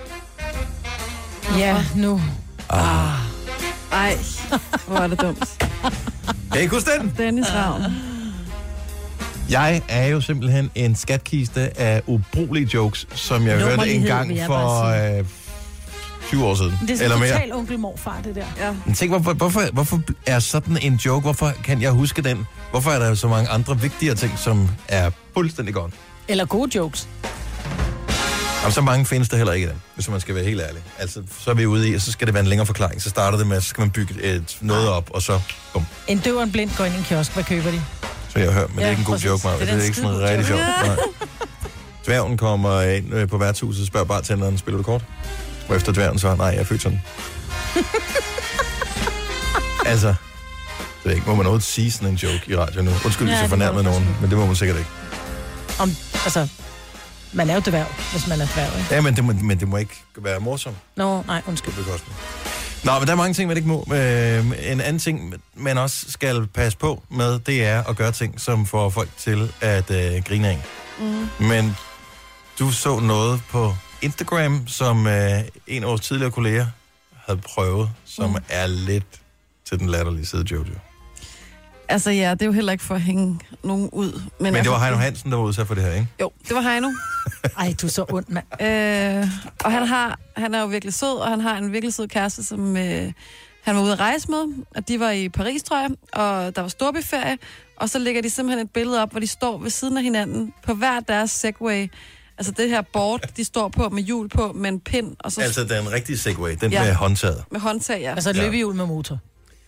Ja, nu. Ah. Ej, hvor er det dumt. Kan I ikke huske den? Dennis Ravn. Jeg er jo simpelthen en skatkiste af ubrugelige jokes, som jeg hørte en Lummerlighed, gang vil jeg for bare øh, 20 år siden. Det er eller sådan mere. total onkel morfar, det der. Ja. Men tænk, hvorfor, hvorfor, hvorfor er sådan en joke? Hvorfor kan jeg huske den? Hvorfor er der så mange andre vigtigere ting, som er fuldstændig gone? Eller gode jokes. Og så mange findes der heller ikke i den, hvis man skal være helt ærlig. Altså, så er vi ude i, og så skal det være en længere forklaring. Så starter det med, at så skal man bygge et, noget op, og så, bum, En døv og en blind går ind i en kiosk. Hvad køber de? så jeg hører. Men ja, det er Ja, ikke en god præcis. joke, Maja. Det er Det, det den er ikke sådan en skide rigtig god sjov. joke. Nej. Dværgen kommer ind øh, på værtshuset og spørger bartenderen, spiller du kort? Og efter dværgen svarer, nej, jeg er født sådan. altså, det ved jeg ikke, må man overhovedet sige sådan en joke i radio nu? Undskyld, Ja, hvis jeg det må fornærmede man nogen, men det må man sikkert ikke. Om, altså, man er jo dværg, hvis man er dværg, ikke? Ja, men det må, men det må ikke være morsomt Nå, nej, undskyld. på bekostning. Nå, men der er mange ting, man ikke må. Øh, en anden ting, man også skal passe på med, det er at gøre ting, som får folk til at øh, grine af. en. Mm. Men du så noget på Instagram, som øh, en af vores tidligere kolleger havde prøvet, som mm. er lidt til den latterlige side, Jojo. Altså ja, det er jo heller ikke for at hænge nogen ud. Men, Men, Men det altså- var Heino Hansen, der var udsat for det her, ikke? Jo, det var Heino. Ej, du er så ond, mand. Øh, og han, har, han er jo virkelig sød, og han har en virkelig sød kæreste, som øh, han var ude at rejse med. Og de var i Paris, tror jeg, og der var storbyferie. Og så lægger de simpelthen et billede op, hvor de står ved siden af hinanden på hver deres Segway. Altså det her board, de står på med hjul på, med en pind, og så Altså, det er en rigtig segway, den Ja. ja. med håndtaget. med håndtag, ja. Altså et løbehjul med motor.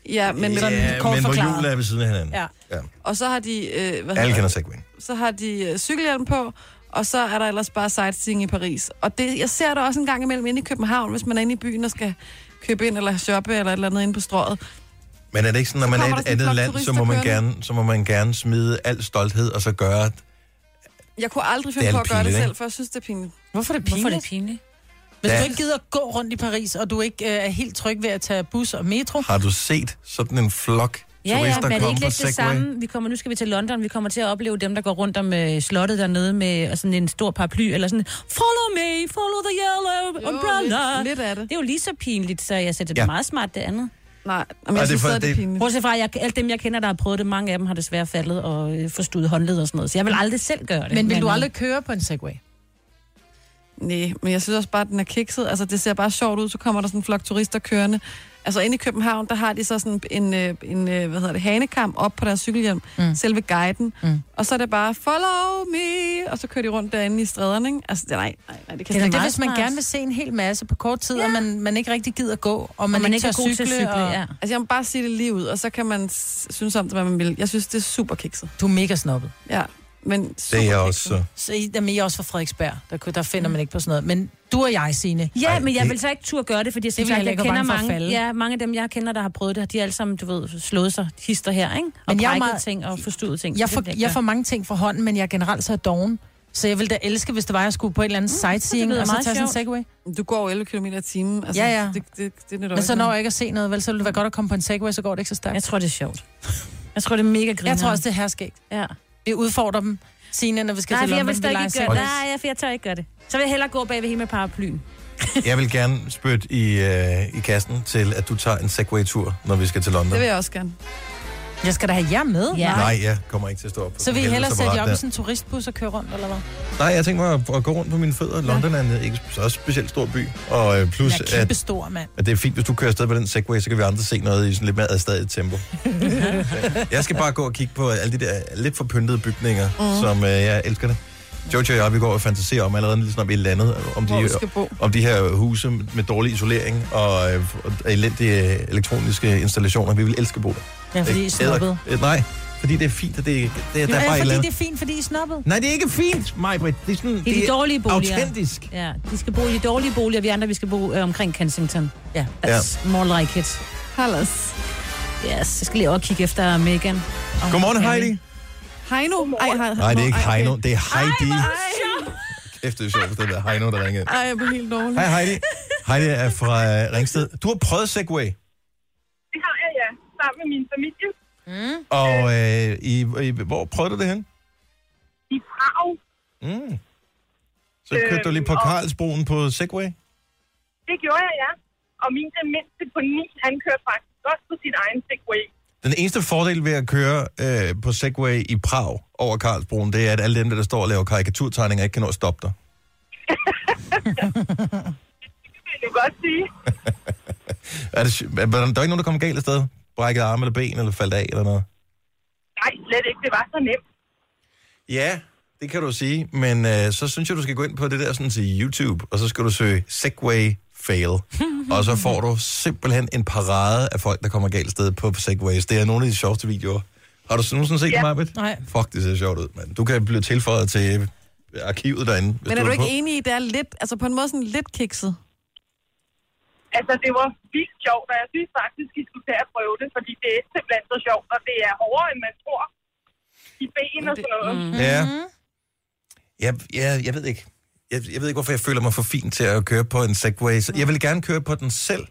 Ja, men, Ja, men hvor hjul er ved siden af hinanden. Ja. ja. Og så har de... Øh, hvad Alle hedder- kender segway. så har de øh, cykelhjelm på, og så er der ellers bare sightseeing i Paris. Og det, jeg ser det også en gang imellem inde i København, hvis man er inde i byen og skal købe ind eller shoppe eller et eller andet inde på strået. Men er det ikke sådan, når man Så er kommer i et der sådan en andet flok land, så må, man turister gerne, så må man gerne smide al stolthed, og så gøre... Jeg kunne aldrig Det finde er på at lidt gøre det pinligt, selv, ikke? for jeg synes, det er pinligt. Hvorfor er det Hvorfor er pinligt? det pinligt? Hvis Ja. du ikke gider at gå rundt i Paris, og du ikke øh, er helt tryg ved at tage bus og metro, Har du set sådan en flok Ja, ja, turister men er det komme ikke på lidt det Segway? samme? Vi kommer, nu skal vi til London, vi kommer til at opleve dem, der går rundt om øh, slottet dernede med og sådan en stor paraply, eller sådan, follow me, follow the yellow umbrella. lidt- lidt af det. det er jo lige så pinligt, så jeg sætter det Ja. ja. meget smart, det andet. Nej, jeg det er synes for- stadig, det er det- pinligt. Bortset fra, at jeg, alle dem, jeg kender, der har prøvet det, mange af dem har desværre faldet og øh, forstudet håndled og sådan noget, så jeg vil aldrig selv gøre det. men vil du øh, aldrig køre på en Segway? Nej, men jeg synes også bare, at den er kikset. Altså, det ser bare sjovt ud, så kommer der sådan en flok turister kørende. Altså, inde i København, der har de så sådan en, øh, en øh, hvad hedder det, hanekam op på deres cykelhjelm, mm. selve guiden. Mm. Og så er det bare, follow me, og så kører de rundt derinde i stræderne, ikke? Altså, det- nej, nej, nej, det kan Det er slet det, ikke- det hvis man gerne vil se en hel masse på kort tid, ja. og man, man ikke rigtig gider gå, og man, og man ikke, ikke tør cykle. og... ja. Altså, jeg må bare sige det lige ud, og så kan man s- synes om det, hvad man vil. Jeg synes, det er super kikset. Du er mega snobbet. Ja, men super Det er jeg også kikset. så. Så I, jamen, I er også fra Frederiksberg. Der, kunne- der finder man ikke på sådan noget. Men du og jeg, Signe. Ja, Ej, men jeg vil så ikke turde gøre det, fordi jeg, Det vil jeg synes, jeg, heller jeg ikke, jeg er kender bange for at mange, falde. ja, mange af dem, jeg kender, der har prøvet det, de har alle sammen, du ved, slået sig hister her, ikke? Og Men jeg er brækket meget- ting og forstudet ting. Jeg så det får, vil ikke jeg gøre. får mange ting fra hånden, men jeg er generelt så doven. Så jeg ville da elske, hvis det var, at jeg skulle på et eller andet mm, sightseeing, lyder og så meget tage sådan en sjovt. Segway. Du går jo 11 km i timen. Altså, Ja, ja. Det, det, det, det Men så når jeg ikke at se noget, vel, så ville det være godt at komme på en Segway, så går det ikke så stærkt. Jeg tror, det er sjovt. Jeg tror, det er mega griner. Jeg tror også, det er herskægt. Ja. Vi udfordrer dem, Signe, når vi skal Nej, til for jeg London. vil stadig vi ikke leger gøre det. Segway. Nej, jeg, jeg tør ikke gøre det. Så vil jeg hellere gå bag ved hende med paraplyen. Jeg vil gerne spytte i, øh, i kassen til, at du tager en Segway-tur, når vi skal til London. Det vil jeg også gerne. Jeg skal da have jer med. Nej, Nej jeg kommer ikke til at stå op. på Så sådan vil I en hellere sætte helseapparat jer op i der. sådan en turistbus og køre rundt, eller hvad? Nej, jeg tænker mig at, at gå rundt på mine fødder. London er en øh, ikke så specielt stor by. Og øh, plus, Jeg er at, kæmpe stor, mand. at det er fint, hvis du kører afsted på den Segway, så kan vi andre se noget i sådan lidt mere adstadigt tempo. Jeg skal bare gå og kigge på alle de der lidt for pyntede bygninger, Mhm. mm. som øh, jeg elsker det. Jojo og jeg, vi går og fantaserer om allerede, ligesom vi er landet, om Hvor de, vi skal bo. om de her huse med dårlig isolering og, øh, og elendige øh, elektroniske installationer. Vi vil elske at bo der. Ja, fordi I er Ikke? snobbede. Æder- øh, Nej, fordi det er fint, at det, det er, der er bare et eller fordi det andet. er fint, fordi I er snobbet. Nej, det er ikke fint, Majbrit. Det er, sådan, Det er de dårlige boliger. Autentisk. Ja, de skal bo i de dårlige boliger, vi andre vi skal bo øh, omkring Kensington. Ja, that's ja. more like it. Hallas. Yes, jeg skal lige over og kigge efter Megan. Og Godmorgen, Harry. Heidi. Heino? Ej, hej, Nej, det er ikke Ej, okay. Heino, det er Heidi. Ej, Kæft, det er sjovt, det er Heino, der ringede. Ej, jeg blev helt dårlig. Hej, Heidi. Heidi er fra øh, Ringsted. Du har prøvet Segway, Det har jeg, ja. Sammen med min familie mm. og øh, i, i, hvor prøvede du det hen? i Prag. Mm. Så kørte du lige på Øhm, og- Karlsbroen på Segway? Det gjorde jeg, ja. Og min den mindste på 9, han kørte faktisk også på sin egen Segway. Den eneste fordel ved at køre øh, på Segway i Prag over Karlsbroen, det er, at alle dem, der står og laver karikaturtegninger, ikke kan nå at stoppe dig. Det kan jeg jo godt sige. Er det, sy- er, er der ikke nogen, der kommer galt afsted? Brækket arme eller ben, eller faldt af eller noget? Nej, slet ikke. Det var så nemt. Ja, det kan du sige, men øh, så synes jeg, du skal gå ind på det der sådan til YouTube, og så skal du søge Segway fail. og så får du simpelthen en parade af folk, der kommer galt sted på Segways. Det er nogle af de sjoveste videoer. Har du nogensinde set Ja. ja. det, Nej. Fuck, det ser sjovt ud, mand. Du kan blive tilføjet til arkivet derinde. hvis Men er du ikke på. enig i, at det er lidt, altså på en måde sådan lidt kikset? Altså, det var vildt sjovt, og jeg synes faktisk, I skulle tage at prøve det, fordi det er simpelthen så sjovt, og det er hårdere, end man tror. I ben og sådan noget. Mm. Ja. Mm-hmm. Jeg, jeg, jeg ved ikke. Jeg, jeg ved ikke, hvorfor jeg føler mig for fin til at køre på en Segway. Så jeg vil gerne køre på den selv,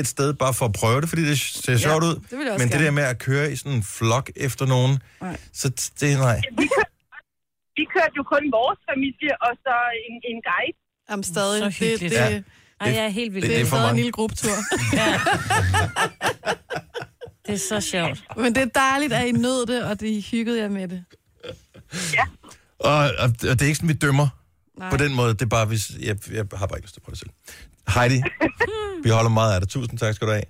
et sted bare for at prøve det, fordi det ser Ja, sjovt ud. det vil jeg også Men det gerne. der med at køre i sådan en flok efter nogen, Nej. så t- det er nej. Vi kørte, vi kørte jo kun vores familie, og så en, en guide. Jamen stadig, Så det- hyggeligt. Ja. det- Ej, jeg er helt vild. det- det er for stadig en mange. lille gruppetur. Det er så sjovt. Men det er dejligt, at I nød det, og det I hyggede jer med det. Og, og, og det er ikke sådan, vi dømmer Nej. på den måde. Det er bare, hvis jeg, jeg har bare ikke lyst til at prøve det selv. Heidi, vi holder meget af dig. Tusind tak skal du have.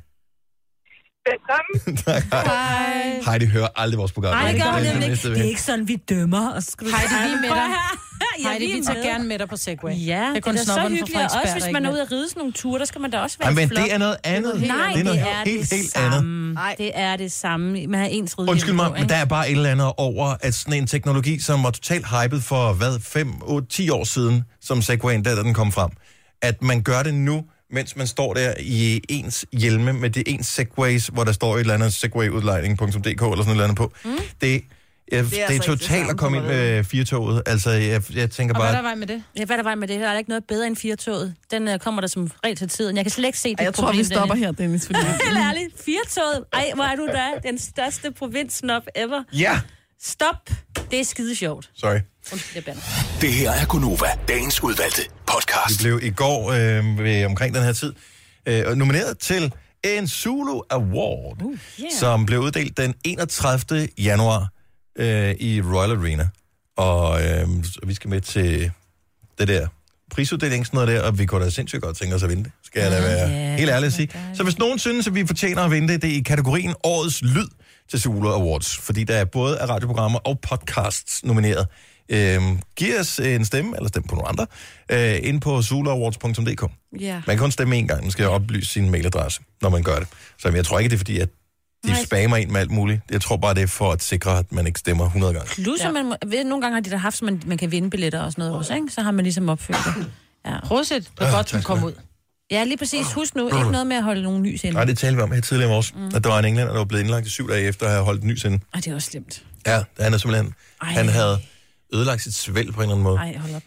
Velkommen. tak, hej. Hej. Heidi hører aldrig vores program. Nej, det gør hun sådan, nemlig ikke. næste Det væk. er ikke sådan, vi dømmer. Og så skal du- Heidi, vi er med dig. Ja, Heidi, vi er tager med. gerne med dig på Segway. Ja, det er, da så snobberne fra hyggeligt. Og Frederiksberg, Også der hvis man ikke er ude at ride sådan nogle ture, der skal man da også være Ej, i men flok. det er noget andet. Nej, det er noget det helt, helt andet. samme. Det er det samme. Man har ens ridning Undskyld mig, på, men ikke? der er bare et eller andet over, at sådan en teknologi, som var totalt hyped for, hvad, 5, 8, 10 år siden, som Segwayen, da da den kom frem, at man gør det nu, mens man står der i ens hjelme med det ens Segways, hvor der står et eller andet segwayudlejning.dk eller sådan et eller andet på. Mm. Det, jeg, det, Det er er det er altså ikke det totalt samme at komme ind som med firtoget. Altså, jeg, jeg tænker Og bare... hvad vej med det? Ja, hvad er der vej med det? Der er ikke noget bedre end firetoget. Den øh, kommer der som regel til tiden. Jeg kan slet ikke se det Jeg tror, vi stopper her, Dennis. Fordi... Helt ærligt, firetoget. Ej, hvor er du da den største provinssnop ever. Ja! Stop. Det er skide sjovt. Sorry. Undskyld, jeg bander. Det her er Gunova, dagens udvalgte podcast. Vi blev i går øh, ved, omkring den her tid øh, nomineret til en Zulu Award, uh, yeah. som blev uddelt den 31. januar øh, i Royal Arena. Og øh, så vi skal med til det der prisuddeling, sådan noget der, og vi kunne da sindssygt godt tænke os at vinde det, skal jeg da være yeah, helt ærlig at sige. Så hvis nogen synes, at vi fortjener at vinde det, det er i kategorien Årets Lyd til Zulu Awards, fordi der er både af radioprogrammer og podcasts nomineret. Øhm, giv os en stemme, eller stem på nogle andre, øh, ind på zulaawards.dk. Ja. Man kan kun stemme en gang, man skal oplyse sin mailadresse, når man gør det. Så jeg tror ikke, det er fordi, at de Nej. spammer en med alt muligt. Jeg tror bare, det er for at sikre, at man ikke stemmer 100 gange. Plus, ja. man, må- ved, nogle gange har de der haft, så man, man kan vinde billetter og sådan noget også, ikke? Så har man ligesom opfyldt det. Ja. Prosit. Det Ah, tak skal du have. ud. Ja, lige præcis. Husk nu, ikke noget med at holde nogen lys inde. Nej, det talte vi om her tidligere i morges, mm. at der var en englænder, der var blevet indlagt i syv dage efter at have holdt en ny sende. Ej, det er også slemt. Ja, han er simpelthen... Ej. Ej. Han havde ødelagt sit svælg på en eller anden måde. Ej, hold op.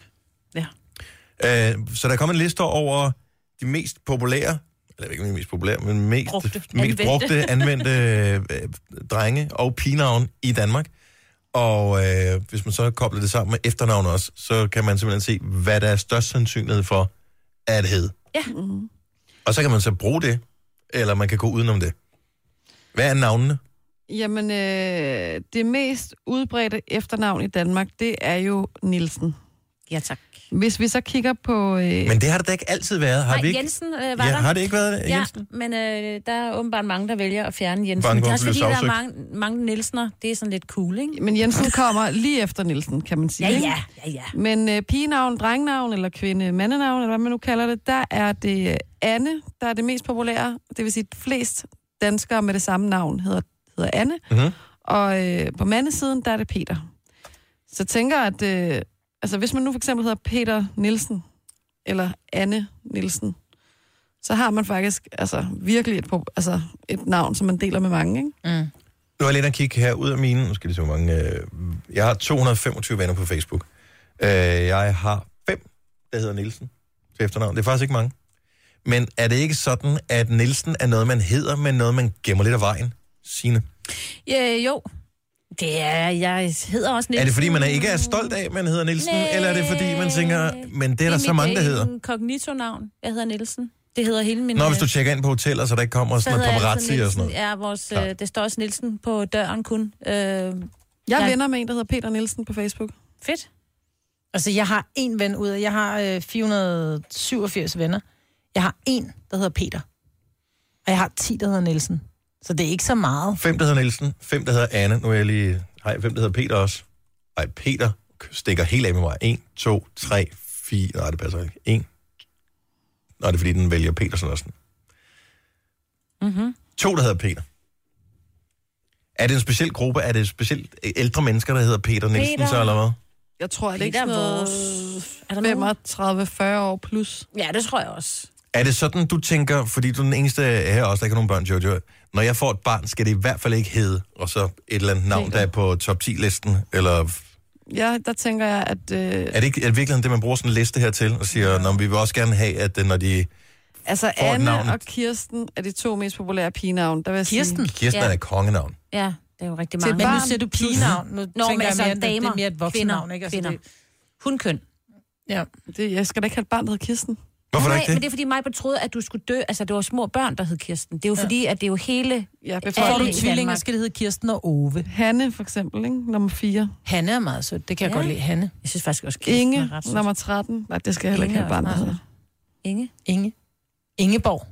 Øh, så der er kommet en liste over de mest populære, eller ikke om de mest populære, men mest brugte, mest Anvendte. anvendte, brugte, anvendte øh, øh, drenge og pigenavn i Danmark. Og øh, hvis man så kobler det sammen med efternavn også, så kan man simpelthen se, hvad der er størst sandsynlighed for at hedde. Ja. Mm-hmm. Og så kan man så bruge det, eller man kan gå udenom det. Hvad er navnene? Jamen, øh, det mest udbredte efternavn i Danmark, det er jo Nielsen. Ja, tak. Hvis vi så kigger på... Øh, Men det har det da ikke altid været. Har Nej, vi ikke? Jensen øh, var ja, der. Har det ikke været det? Ja, Jensen? men øh, der er åbenbart mange, der vælger at fjerne Jensen. Bange på, det er at også blive fordi, der er sagsøgt. mange, mange Nielsener. Det er sådan lidt cool, ikke? Men Jensen kommer lige efter Nielsen, kan man sige. Ja, ikke? ja, ja, ja. Men øh, pigenavn, drengnavn eller kvinde, mandenavn, eller hvad man nu kalder det, der er det øh, Anne, der er det mest populære. Det vil sige, at flest danskere med det samme navn hedder, hedder Anne. Mm-hmm. Og øh, på mandesiden, der er det Peter. Så tænker jeg, at øh, altså, hvis man nu for eksempel hedder Peter Nielsen, eller Anne Nielsen, så har man faktisk altså, virkelig et, pro- altså, et navn, som man deler med mange. Ikke? Mm. Nu er jeg lidt at kigge her ud af mine. Nu skal jeg se, hvor mange... Øh, jeg har 225 venner på Facebook. Øh, jeg har fem, der hedder Nielsen til efternavn. Det er faktisk ikke mange. Men er det ikke sådan, at Nielsen er noget, man hedder, men noget, man gemmer lidt af vejen? Signe. Ja, jo. Det er, jeg hedder også Nielsen. Er det, fordi man er- ikke er stolt af, at man hedder Nielsen? Næh. Eller er det, fordi man tænker, men det er der så mange, der hedder? kognito-navn. øh, Jeg hedder Nielsen. Det hedder hele min... Nå, hvis øh, du tjekker ind på hoteller, så der ikke kommer så sådan noget hedder jeg paparazzi altid og sådan Nielsen. noget. Ja, vores, Klart. øh, det står også Nielsen på døren kun. Øh, jeg Jeg ja. venner med en, der hedder Peter Nielsen på Facebook. Fedt. Altså, jeg har en ven ud af... Jeg har øh, 487 venner. Jeg har en, der hedder Peter. Og jeg har 10, der hedder Nielsen. Så det er ikke så meget. Fem, der hedder Nielsen. Fem, der hedder Anne. Nu er jeg lige... Hej, fem, der hedder Peter også. Nej, Peter stikker helt af med mig. En, to, tre, fire... Nej, det passer ikke. En. Nej, det er fordi, den vælger Petersen også. Mm-hmm. To, der hedder Peter. Er det en speciel gruppe? Er det specielt ældre mennesker, der hedder Peter Nielsen, Peter. så eller hvad? Jeg tror, det er ikke Peter sådan noget er der 35-40 år plus. Ja, det tror jeg også. Er det sådan, du tænker, fordi du er den eneste her også, der ikke har nogen børn, Jojo, når jeg får et barn, skal det i hvert fald ikke hedde, og så et eller andet navn, der er på top 10-listen, eller Ja, der tænker jeg, at... Øh, Er det ikke er det virkelig det, man bruger sådan en liste her til, og siger, ja. vi vil også gerne have, at øh, når de Altså, Får et Anne navn. og Kirsten er de to mest populære pigenavn. Der vil jeg Kirsten? Sige. Kirsten er da kongenavn. Ja, det er jo rigtig Til mange. et barn. Men nu siger du pigenavn. Nu Nå, tænker men jeg altså mere, at mere, det- damer, det er mere et voksennavn, ikke? Altså, Altså, kvinder. det- Hun køn. Ja. Det, jeg skal da ikke have et barn, der hedder Kirsten. Hvorfor Nej, da ikke men det? det er fordi mig troede, at du skulle dø. Altså, det var små børn, der hed Kirsten. Det er jo ja. fordi, at det er jo hele... Ja, Får du tvillinger, skal det hedde Kirsten og Ove. Hanne, for eksempel, ikke? Nummer 4. Hanne er meget sød. Det kan jeg Ja. godt lide, Hanne. Jeg synes faktisk også, Kirsten Inge, er ret sød. nummer 13. Nej, det skal jeg heller ikke have et barn, der hedder. Inge? Inge. Ingeborg.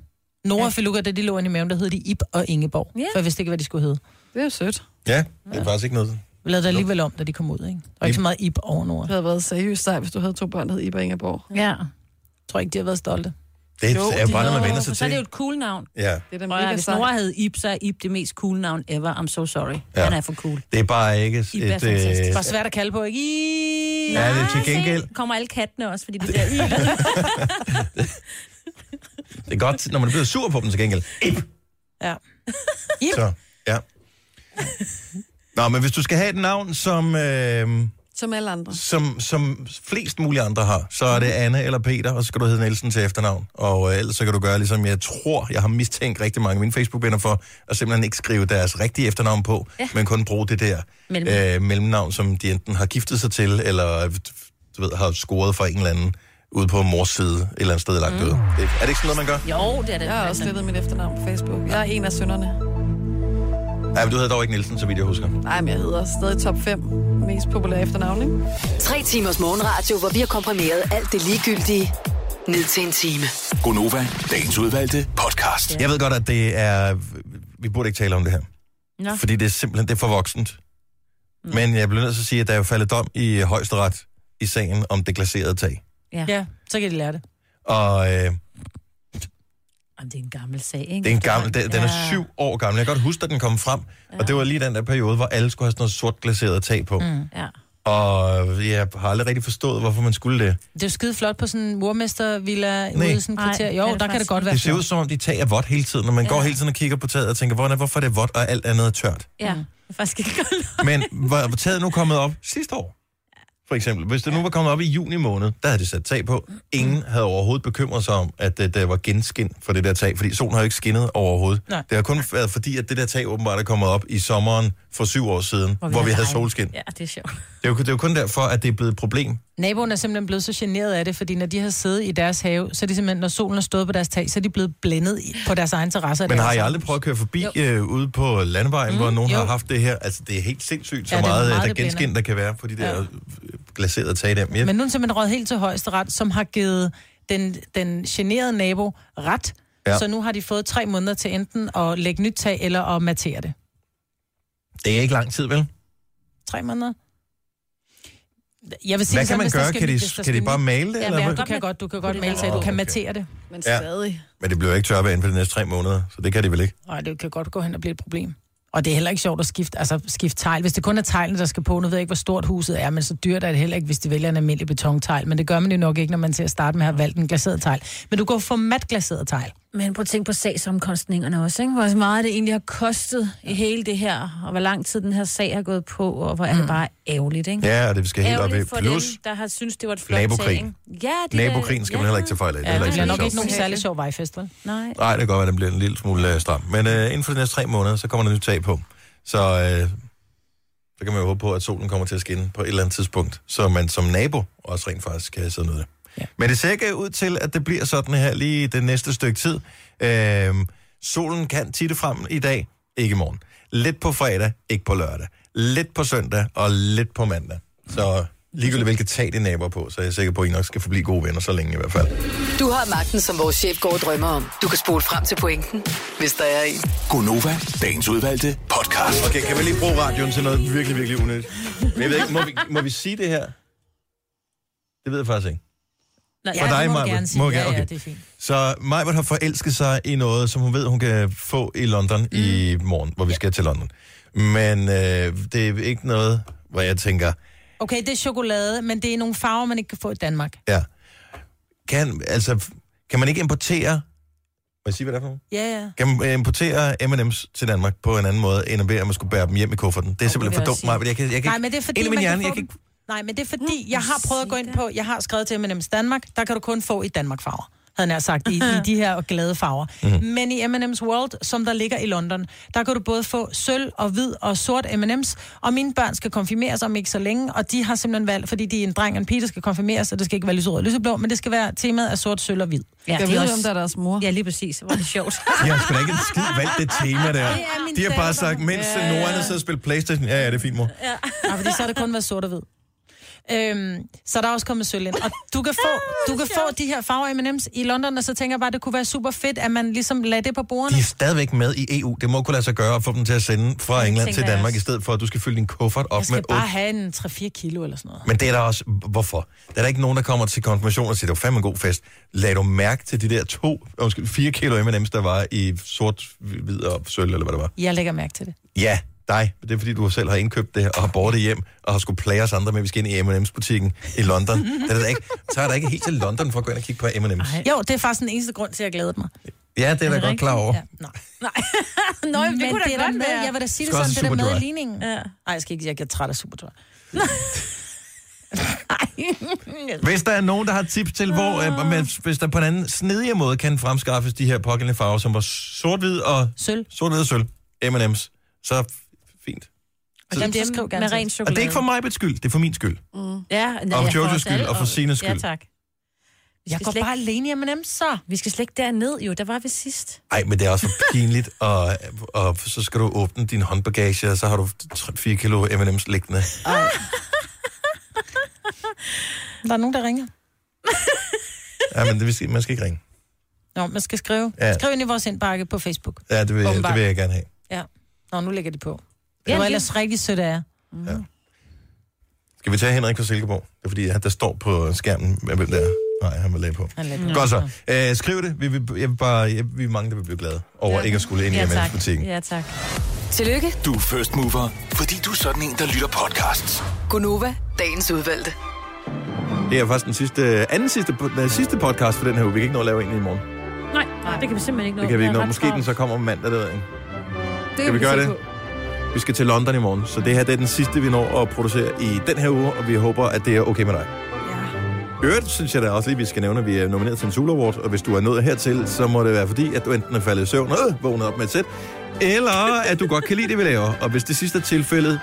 Nora og Feluca, da de lå inde i maven, der hed de Ib og Ingeborg. Ja. For jeg vidste ikke, hvad de skulle hedde. Det er jo sødt. Ja, det er faktisk ikke noget. Vi lavede det alligevel om, da de kom ud, ikke? Der var ikke så meget Ib over Nora. Det havde været seriøst sej, hvis du havde to børn, der hed Iba Ingeborg. Ja. Jeg tror ikke, de har været stolte. Det er bare noget, man vender sig Så er det jo til. et cool navn. Ja. Det Det er da er Prøv, at høre, mega hvis sejt. Nora hed Ib, så er Ib det mest cool navn ever. I'm so sorry. Ja. Ja. Han er for cool. Det er bare ikke Ib er et... fantastisk. øh, Det var svært at kalde på, ikke? I... Ja, det er til gengæld. Se, kommer alle kattene også, fordi det bliver Ib. Det er godt, når man bliver sur på dem til gengæld. Ja. Ib. Så, ja. Nå, men hvis du skal have et navn, som, øh, Som alle andre. som, som flest mulige andre har, så er det Anne eller Peter, og så skal du hedde Nielsen til efternavn. Og øh, ellers så kan du gøre, ligesom jeg tror, jeg har mistænkt rigtig mange af mine Facebook-venner for, at simpelthen ikke skrive deres rigtige efternavn på, ja. Ja. men kun bruge det der Mellemnavn. øh, mellemnavn, som de enten har giftet sig til, eller øh, du ved, har scoret fra en eller anden ude på mors side, et eller andet sted langt mm. ude. Det- Er det ikke sådan noget, man gør? Jo, det er det. Jeg har også slettet mit efternavn på Facebook. Jeg er en af sønderne. Ja, men du hedder dog ikke Nielsen, så vidt jeg husker. Nej, men jeg hedder stadig top 5 mest populære efternavn, ikke? Tre timers morgenradio, hvor vi har komprimeret alt det ligegyldige ned til en time. Gonova, dagens udvalgte podcast. Jeg ved godt, at det er... Vi burde ikke tale om det her. Nå. Fordi det er simpelthen det er for voksent. Mm. Men jeg bliver nødt til at sige, at der er jo faldet dom i højesteret i sagen om det glaserede tag. Ja. ja, så kan de lære det. Og øh, Jamen, det er en gammel sag, ikke? det er en gammel, den, den er syv år gammel. Jeg kan godt huske, at den kom frem. Og det var lige den der periode, hvor alle skulle have sådan noget sort glaseret tag på. Mm. Ja. Og jeg har aldrig rigtig forstået, hvorfor man skulle det. Det er jo skide flot på sådan en murmestervilla Nej. ude i sådan en Nej, kvarter. Jo, det er det der kan det faktisk godt være Det ser ud flot. som om, de tag er vådt hele tiden, og man ja. går hele tiden og kigger på taget og tænker, "Hvordan- hvorfor er det vådt, og alt andet er tørt. Ja, det er faktisk ikke godt. Men var var taget nu kommet op sidste år? For eksempel, hvis det nu var kommet op i juni måned, der havde det sat tag på. Ingen havde overhovedet bekymret sig om, at det, der var genskin for det der tag, fordi solen har jo ikke skinnet overhovedet. Nej. Det har kun været fordi, at det der tag åbenbart er kommet op i sommeren for syv år siden, hvor vi, hvor vi havde solskin. Ja, det er sjovt. Det er, jo, det er jo kun derfor, at det er blevet et problem. Naboen er simpelthen blevet så generet af det, fordi når de har siddet i deres have, så er de simpelthen, når solen har stået på deres tag, så er de blevet blændet i- på deres egen terrasse. af Men deres har I have. aldrig prøvet at køre forbi øh, ude på landevejen, mm, hvor nogen jo. Mhm. jo. har haft det her? Altså, det er helt sindssygt, så Ja, ja, det er meget, meget, meget der det blænder. genskin, der kan være på de der ja. glaserede tag der. Men jeg Men nu er den simpelthen røget helt til højesteret, som har givet den, den generede nabo ret. Ja. Ja. Så nu har de fået tre måneder til enten at lægge nyt tag eller at matere det. Det er ikke lang tid, vel? Tre måneder. Jeg vil sige, Hvad sådan, kan man hvis der gøre? skal Kan nyt- de, hvis der kan de skal bare nyt- male det? Ja, eller ja, hvad? du kan godt, du kan godt Kunne male det sig, du være- kan Åh, okay. matere det. Men Ja. stadig. Men det bliver jo ikke tørvejr inden for de næste tre måneder, så det kan de vel ikke. Og det kan godt gå hen og blive et problem. Og det er heller ikke sjovt at skifte, altså skifte tegl. Hvis det kun er teglene, der skal på, nu ved jeg ikke, hvor stort huset er, men så dyrt er det heller ikke, hvis de vælger en almindelig betontejl. Men det gør man jo nok ikke, når man til at starte med har valgt en glaseret tegl. Men du går for mat glaseret tegl. Men prøv at tænke på sagsomkostningerne også, ikke? Hvor meget det egentlig har kostet i hele det her, og hvor lang tid den her sag har gået på, og hvor er det bare ærgerligt, ikke? Mm. Ja, og det skal helt op i. Ærgerligt for Plus, dem, der har synes det var et flot nabokrig. sag, ikke? Ja, det nabokrigen skal man heller ikke tage fejl af. Det er Ja, heller det ikke bliver nok særlig ikke sjovt. nogen særlig sjov vejfest, vel? Nej. Nej, det kan godt være, at den bliver en lille smule øh, stram. Men øh, inden for de næste tre måneder, så kommer der nyt tag på. Så, øh, så kan man jo håbe på, at solen kommer til at skinne på et eller andet tidspunkt, så man som nabo også rent faktisk kan sidde noget af det. Men det ser ikke ud til, at det bliver sådan her lige det næste stykke tid. Øh, solen kan titte frem i dag, ikke i morgen. Lidt på fredag, ikke på lørdag. Lidt på søndag og lidt på mandag. Så ligegyldigt hvilket tag de naboer på, så er jeg sikker på, at I nok skal forblive gode venner så længe i hvert fald. Du har magten, som vores chef går og drømmer om. Du kan spole frem til pointen, hvis der er en. Gonova, dagens udvalgte podcast. Okay, kan vi lige bruge radioen til noget virkelig, virkelig unødigt? Men jeg ved ikke, må vi, må vi sige det her? Det ved jeg faktisk ikke. Nej, For dig, det må du Maj-Brit. gerne sige. Må du Ja, gerne? ja, Okay. det er fint. Så Majbert har forelsket sig i noget, som hun ved, hun kan få i London mm. i morgen, hvor vi skal til London. Men øh, det er ikke noget, hvor jeg tænker, Okay, det er chokolade, men det er nogle farver, man ikke kan få i Danmark. ja, kan, altså, kan man ikke importere... Må jeg sige, hvad det er for nogen? Ja, ja. Kan man øh, importere M&M's til Danmark på en anden måde, end at bede om at skulle bære dem hjem i kufferten? Det er vil simpelthen for jeg dumt, sige. Majbert. Jeg kan, jeg kan, Nej, men det er Ind fordi, i man min kan hjerne, få jeg kan dem. Nej, men det er fordi, jeg har prøvet at gå ind på, jeg har skrevet til M&M's Danmark, der kan du kun få i Danmark farver. havde jeg nær sagt, i, i de her glade farver. Mm. Men i M&M's World, som der ligger i London, der kan du både få sølv og hvid og sort M&M's, og mine børn skal konfirmeres om ikke så længe, og de har simpelthen valgt, fordi de er en dreng og en pige, der skal konfirmeres, og det skal ikke være lyserød og lyseblå, men det skal være temaet af sort, sølv og hvid. Ja, Jeg det er ved, også- hvem der er deres mor. Ja, lige præcis. Hvor er det sjovt. De har sgu da ikke en skid valgt det tema der. Det er min De har bare datter. sagt, mens Ja. yeah. Norderne sidder og spiller Playstation. Ja, ja, det er fint, mor. Ja. ja, fordi så har det kun været sort og hvid. Øhm, så der er også kommet sølv ind. Og du kan få, Ah, du kan få de her farver M&M's i London, og så tænker jeg bare, det kunne være super fedt, at man ligesom lader det på bordene. De er stadigvæk med i EU. Det må kunne lade sig gøre at få dem til at sende fra England til tænker jeg Danmark, også. i stedet for at du skal fylde din kuffert Jeg op med skal bare otte. have en 3-4 kilo eller sådan noget. Men det er der også, hvorfor? Der er der ikke nogen, der kommer til konfirmation og siger, det var fandme en god fest. Lad du mærke til de der to, undskyld, fire kilo M&M's, der var i sort, hvid og sølv, eller hvad det var. Jeg lægger mærke til det. Ja, dig. Det er fordi, du selv har indkøbt det og har båret det hjem, og har skulle plage os andre med, at vi skal ind i M&M's butikken i London. Det er da ikke, så er der ikke helt til London for at gå ind og kigge på M&M's. Jo, det er faktisk den eneste grund til, at jeg glæder mig. Ja, det er, Er er det da godt klar rigtigt? over. Ja. Nå, det kunne da det er der godt med, være. Jeg vil da sige det Skal også sådan, det have er der med i Superdry. ligningen. Nej, jeg skal ikke, jeg er træt af superdry. Hvis der er nogen, der har tips til, hvor, øh, men hvis der på en anden snedigere måde kan fremskaffes de her pågældende farver, som var sort-hvid og sølv, sort-hvid og sølv, M&M's, så f- fint. Og dem, så skriv gerne med ren Og det er ikke for mig skyld, det er for min skyld. Mm. Ja, nej, Og jeg Jojos får os skyld, alle og for op. Sinas skyld. Ja, tak. Vi Jeg går bare alene med dem, så. Vi skal slet ikke derned, jo. Der var vi sidst. Ej, men det er også for pinligt, og, og så skal du åbne din håndbagage, og så har du 4 kilo M&M's liggende. Der er nogen, der ringer. Ja, men det, vil sige, man skal ikke ringe. Nå, man skal skrive. Ja. Ja. Skriv ind i vores indbakke på Facebook. Ja, det vil, det Åbenbart. vil jeg gerne have. Ja. Nå, nu lægger de på. Ja, Det var det- ellers rigtig sødt af jer. Skal vi tage Henrik fra Silkeborg? Det er fordi, han- der står på skærmen, hvem der er. Nej, han vil lagde på. Han lagde Mm. på. Godt så. Æ, skriv det. Vi, vi, jeg vil bare, jeg, vi er mange, der vil blive glade over ja. ikke at skulle ind i ja, ja, tak. butikken. Ja, tak. Tillykke, Du er first mover, fordi du er sådan en, der lytter podcasts. Gunova, dagens udvalgte. Det er faktisk den sidste, anden sidste, den sidste podcast for den her uge. Vi kan ikke nå at lave en i morgen. Nej, nej, det kan vi simpelthen ikke nå. Det kan vi Jeg ikke nå. er ret Måske travlt. den så kommer om mandag, det ved jeg ikke. Det Kan vi gøre se det? på. Vi skal til London i morgen, så det her det er den sidste, vi når at producere i den her uge, og vi håber, at det er okay med dig. Ja. Øvrigt synes jeg da også lige, vi skal nævne, at vi er nomineret til en Sula Award, og hvis du er nået hertil, så må det være fordi, at du enten er faldet i søvn og øh, vågnet op med et sæt, eller at du godt kan lide det, vi laver. Og hvis det sidste er tilfældet,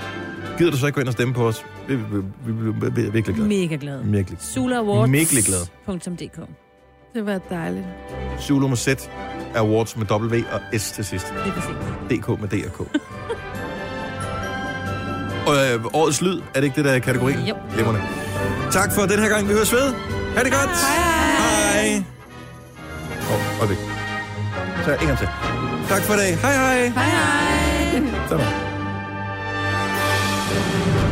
gider du så ikke gå ind og stemme på os? Vi, vi, vi, vi, vi, vi er virkelig glade. Mega glad. Virkelig. Sulaawards.dk Virkelig glad. Det var dejligt. Zulu med Z, Awards med W og S til sidst. Det er præcis. DK med D og K. og øh, årets lyd, er det ikke det, der er kategorien? Jo. Glimrende. Tak for den her gang. Vi høres ved. Ha' det godt. Hej. Hej. Åh, oh, Så en gang til. Tak for i dag. Hej hej. Hej hej. Sådan.